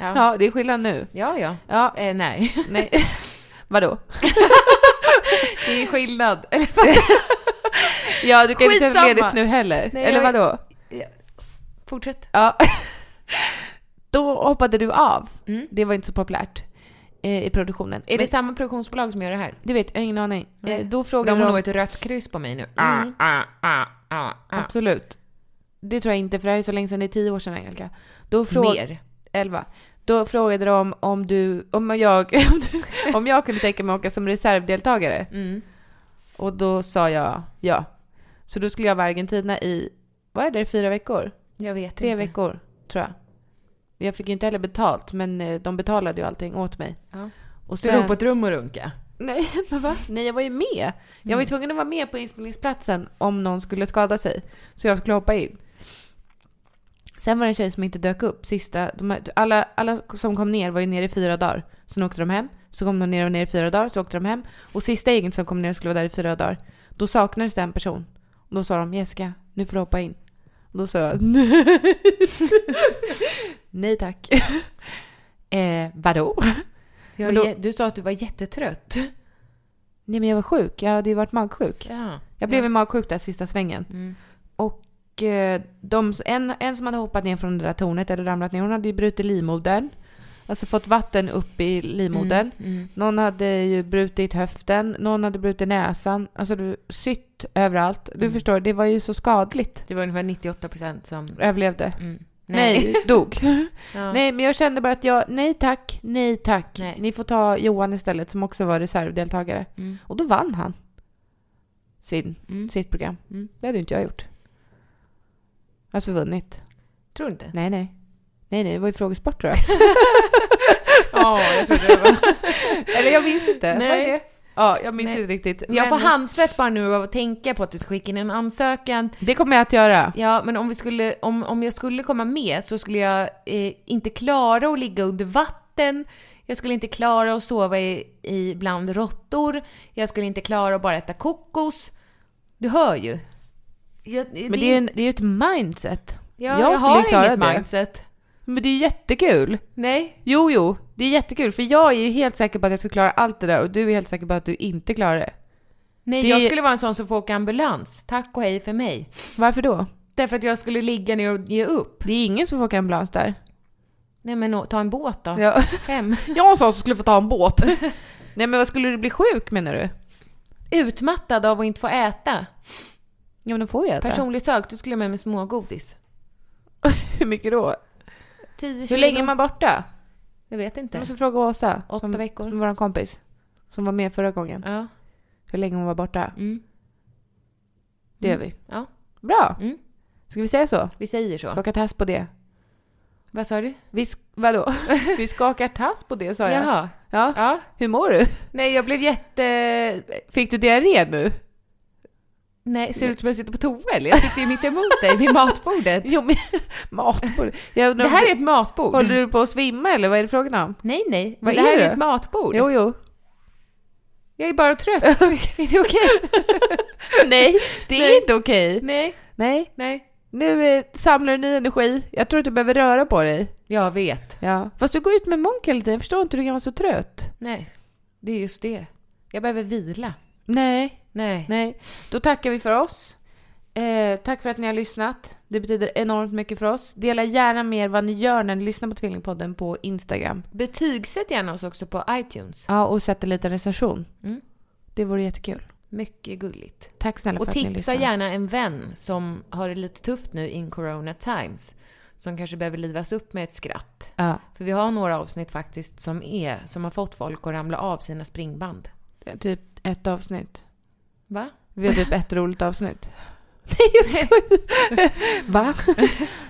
Speaker 1: Ja,
Speaker 4: ja, det är skillnad nu.
Speaker 1: ja. ja.
Speaker 4: Ja,
Speaker 1: Eh, nej.
Speaker 4: nej. Vadå?
Speaker 1: Det är skillnad. Eller
Speaker 4: Ja, du kan inte ta
Speaker 1: Skitsamma.
Speaker 4: ledigt nu heller.
Speaker 1: Nej,
Speaker 4: eller
Speaker 1: jag-
Speaker 4: vadå?
Speaker 1: Fortsätt.
Speaker 4: Ja. Då hoppade du av.
Speaker 1: Mm.
Speaker 4: Det var inte så populärt eh, i produktionen.
Speaker 1: Är
Speaker 4: Men-
Speaker 1: det samma produktionsbolag som gör det här?
Speaker 4: Det vet jag, har ingen aning.
Speaker 1: Nej.
Speaker 4: Eh, då
Speaker 1: De
Speaker 4: frågade
Speaker 1: har
Speaker 4: de...
Speaker 1: nog ett rött kryss på mig nu.
Speaker 4: Mm.
Speaker 1: Ah, ah, ah, ah, ah.
Speaker 4: Absolut. Det tror jag inte, för det här är så länge sedan, det är tio år sedan Angelica. Då frågade...
Speaker 1: Mer.
Speaker 4: Elva. Då frågade de om du, om jag, om, du, om jag kunde tänka mig att åka som reservdeltagare.
Speaker 1: Mm.
Speaker 4: Och då sa jag ja. Så då skulle jag vara i Argentina i, vad är det, fyra veckor?
Speaker 1: Jag vet
Speaker 4: Tre
Speaker 1: inte.
Speaker 4: veckor, tror jag. Jag fick ju inte heller betalt, men eh, de betalade ju allting åt mig.
Speaker 1: Ja.
Speaker 4: Och
Speaker 1: Du låg på ett rum och runka.
Speaker 4: Nej, men va? Nej, jag var ju med. Jag var ju tvungen att vara med på inspelningsplatsen om någon skulle skada sig. Så jag skulle hoppa in. Sen var det en tjej som inte dök upp sista... De, här- alla, alla som kom ner var ju nere i fyra dagar. Sen åkte de hem. Så kom de ner och ner i fyra dagar. Så åkte de hem. Och sista egen som kom ner skulle vara där i fyra dagar. Då saknades det en person. Och då sa de Jessica, nu får du hoppa in. Och då sa jag nej. nej tack. eh, vadå?
Speaker 1: Jag,
Speaker 4: Men då-
Speaker 1: är jä- Du sa att du var jättetrött.
Speaker 4: Nej men jag var sjuk. Jag hade ju varit magsjuk.
Speaker 1: Ja.
Speaker 4: Jag blev ju magsjuk där sista svängen.
Speaker 1: Mm.
Speaker 4: Och eh, de, en, en som hade hoppat ner från det där tornet eller ramlat ner, hon hade ju brutit livmodern. Alltså fått vatten upp i livmodern.
Speaker 1: Mm.
Speaker 4: Någon hade ju brutit höften, någon hade brutit näsan. Alltså du, sytt överallt. Du
Speaker 1: Mm.
Speaker 4: förstår, det var ju så skadligt.
Speaker 1: Det var ungefär 98 procent som...
Speaker 4: Överlevde.
Speaker 1: Mm.
Speaker 4: Nej, dog.
Speaker 1: Ja.
Speaker 4: Nej, men jag kände bara att jag, nej tack, nej tack.
Speaker 1: Nej.
Speaker 4: Ni får ta Johan istället som också var reservdeltagare.
Speaker 1: Mm.
Speaker 4: Och då vann han sin,
Speaker 1: Mm.
Speaker 4: sitt program.
Speaker 1: Mm.
Speaker 4: Det hade inte jag gjort. Alltså vunnit.
Speaker 1: Tror du inte?
Speaker 4: Nej, nej. Nej, nej, det var ju frågesport tror jag.
Speaker 1: Ja, jag trodde det var...
Speaker 4: Eller jag minns inte.
Speaker 1: Nej.
Speaker 4: Var det det? Ja, jag minns
Speaker 1: Nej.
Speaker 4: inte riktigt.
Speaker 1: Jag får
Speaker 4: Men-
Speaker 1: handsvett bara nu av att tänka på att du ska skicka in en ansökan.
Speaker 4: Det kommer jag att göra.
Speaker 1: Ja, men om, vi skulle, om, om jag skulle komma med så skulle jag eh, inte klara att ligga under vatten. Jag skulle inte klara att sova i, i bland råttor. Jag skulle inte klara att bara äta kokos. Du hör ju. Jag,
Speaker 4: Men det är ju en- det är ju ett mindset.
Speaker 1: ja, jag, har inget
Speaker 4: det.
Speaker 1: mindset.
Speaker 4: Men det är ju jättekul.
Speaker 1: Nej.
Speaker 4: Jo, jo, det är jättekul. För jag är ju helt säker på att jag skulle klara allt det där och du är helt säker på att du inte klarar det.
Speaker 1: Nej,
Speaker 4: Det-
Speaker 1: jag skulle vara en sån som får åka ambulans. Tack och hej för mig.
Speaker 4: Varför då?
Speaker 1: Därför att jag skulle ligga ner och ge upp.
Speaker 4: Det är ingen som får åka ambulans där.
Speaker 1: Nej men nå- ta en båt då.
Speaker 4: Ja.
Speaker 1: Hem.
Speaker 4: Jag och som skulle få ta en båt. Nej men vad skulle du bli sjuk menar du?
Speaker 1: Utmattad av att inte få äta.
Speaker 4: Ja men då får jag äta.
Speaker 1: Personlig sök, då skulle jag med mig smågodis.
Speaker 4: Hur mycket då?
Speaker 1: 10
Speaker 4: Hur
Speaker 1: kilo.
Speaker 4: länge är man borta?
Speaker 1: Jag vet
Speaker 4: Jag
Speaker 1: inte.
Speaker 4: måste fråga Åsa.
Speaker 1: Åtta
Speaker 4: som,
Speaker 1: veckor.
Speaker 4: Som vår kompis. Som var med förra gången.
Speaker 1: Ja.
Speaker 4: Hur länge hon var borta.
Speaker 1: Mm.
Speaker 4: Det gör vi.
Speaker 1: Ja.
Speaker 4: Bra!
Speaker 1: Mm.
Speaker 4: Ska vi säga så?
Speaker 1: Vi säger så.
Speaker 4: Skaka tass på det.
Speaker 1: Vad sa du?
Speaker 4: Vi, sk- vadå? vi skakar tass på det sa jag.
Speaker 1: Jaha.
Speaker 4: Ja.
Speaker 1: Ja.
Speaker 4: Hur mår du?
Speaker 1: Nej, jag blev jätte...
Speaker 4: Fick du diarré nu?
Speaker 1: Nej, ser det ut som att jag sitter på toa eller? Jag sitter ju mitt emot dig vid matbordet.
Speaker 4: Jo men mat på det. Jag undrar
Speaker 1: Det
Speaker 4: om
Speaker 1: här
Speaker 4: du-
Speaker 1: är ett matbord.
Speaker 4: Håller du på att svimma eller vad är det frågan om?
Speaker 1: Nej, nej.
Speaker 4: Vad
Speaker 1: det
Speaker 4: är
Speaker 1: här
Speaker 4: det?
Speaker 1: är ett matbord.
Speaker 4: Jo, jo.
Speaker 1: Jag är bara trött. är det okej?
Speaker 4: Nej, det är inte okej.
Speaker 1: Nej.
Speaker 4: Nej.
Speaker 1: Nej.
Speaker 4: Nu eh, samlar du ny energi. Jag tror att du behöver röra på dig.
Speaker 1: Jag vet.
Speaker 4: Ja. Fast du går ut med Monk hela tiden. Jag förstår inte hur du kan vara så trött.
Speaker 1: Nej. Det är just det. Jag behöver vila.
Speaker 4: Nej.
Speaker 1: Nej.
Speaker 4: Nej. Då tackar vi för oss. Eh, tack för att ni har lyssnat. Det betyder enormt mycket för oss. Dela gärna med er vad ni gör när ni lyssnar på Tvillingpodden på Instagram.
Speaker 1: Betygsätt gärna oss också på iTunes.
Speaker 4: Ja, och sätt en liten recension.
Speaker 1: Mm.
Speaker 4: Det vore jättekul.
Speaker 1: Mycket gulligt.
Speaker 4: Tack snälla
Speaker 1: Och
Speaker 4: för att ni
Speaker 1: tipsa
Speaker 4: lyssnar.
Speaker 1: gärna en vän som har det lite tufft nu in corona times. Som kanske behöver livas upp med ett skratt.
Speaker 4: Ja.
Speaker 1: För vi har några avsnitt faktiskt som är, som har fått folk att ramla av sina springband.
Speaker 4: Typ ett avsnitt.
Speaker 1: Va?
Speaker 4: Vi har typ ett roligt avsnitt. Nej, jag skojar. Va?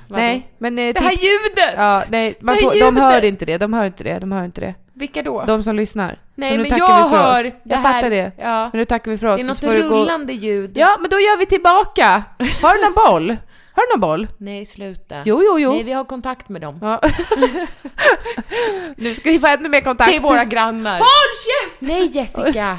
Speaker 4: Nej, men... Eh,
Speaker 1: Det här
Speaker 4: tips-
Speaker 1: ljudet!
Speaker 4: Ja, nej, man
Speaker 1: Det här
Speaker 4: tog, de
Speaker 1: ljudet!
Speaker 4: hör inte det, de hör inte det, de hör inte det.
Speaker 1: Vilka då?
Speaker 4: De som lyssnar. så
Speaker 1: Nej,
Speaker 4: nu
Speaker 1: men
Speaker 4: tackar
Speaker 1: jag
Speaker 4: vi för
Speaker 1: hör
Speaker 4: oss.
Speaker 1: det
Speaker 4: Jag
Speaker 1: här.
Speaker 4: fattar det.
Speaker 1: Ja.
Speaker 4: Men nu tackar vi för oss.
Speaker 1: Det är
Speaker 4: så
Speaker 1: något
Speaker 4: får du gå-
Speaker 1: rullande ljud.
Speaker 4: Ja, men då gör vi tillbaka! Har du någon boll? Har du någon boll?
Speaker 1: Nej, sluta.
Speaker 4: Jo, jo, jo.
Speaker 1: Nej, vi har kontakt med dem.
Speaker 4: Ja. nu ska vi få ännu mer kontakt.
Speaker 1: Det är våra grannar.
Speaker 4: Håll käft!
Speaker 1: Nej, Jessica!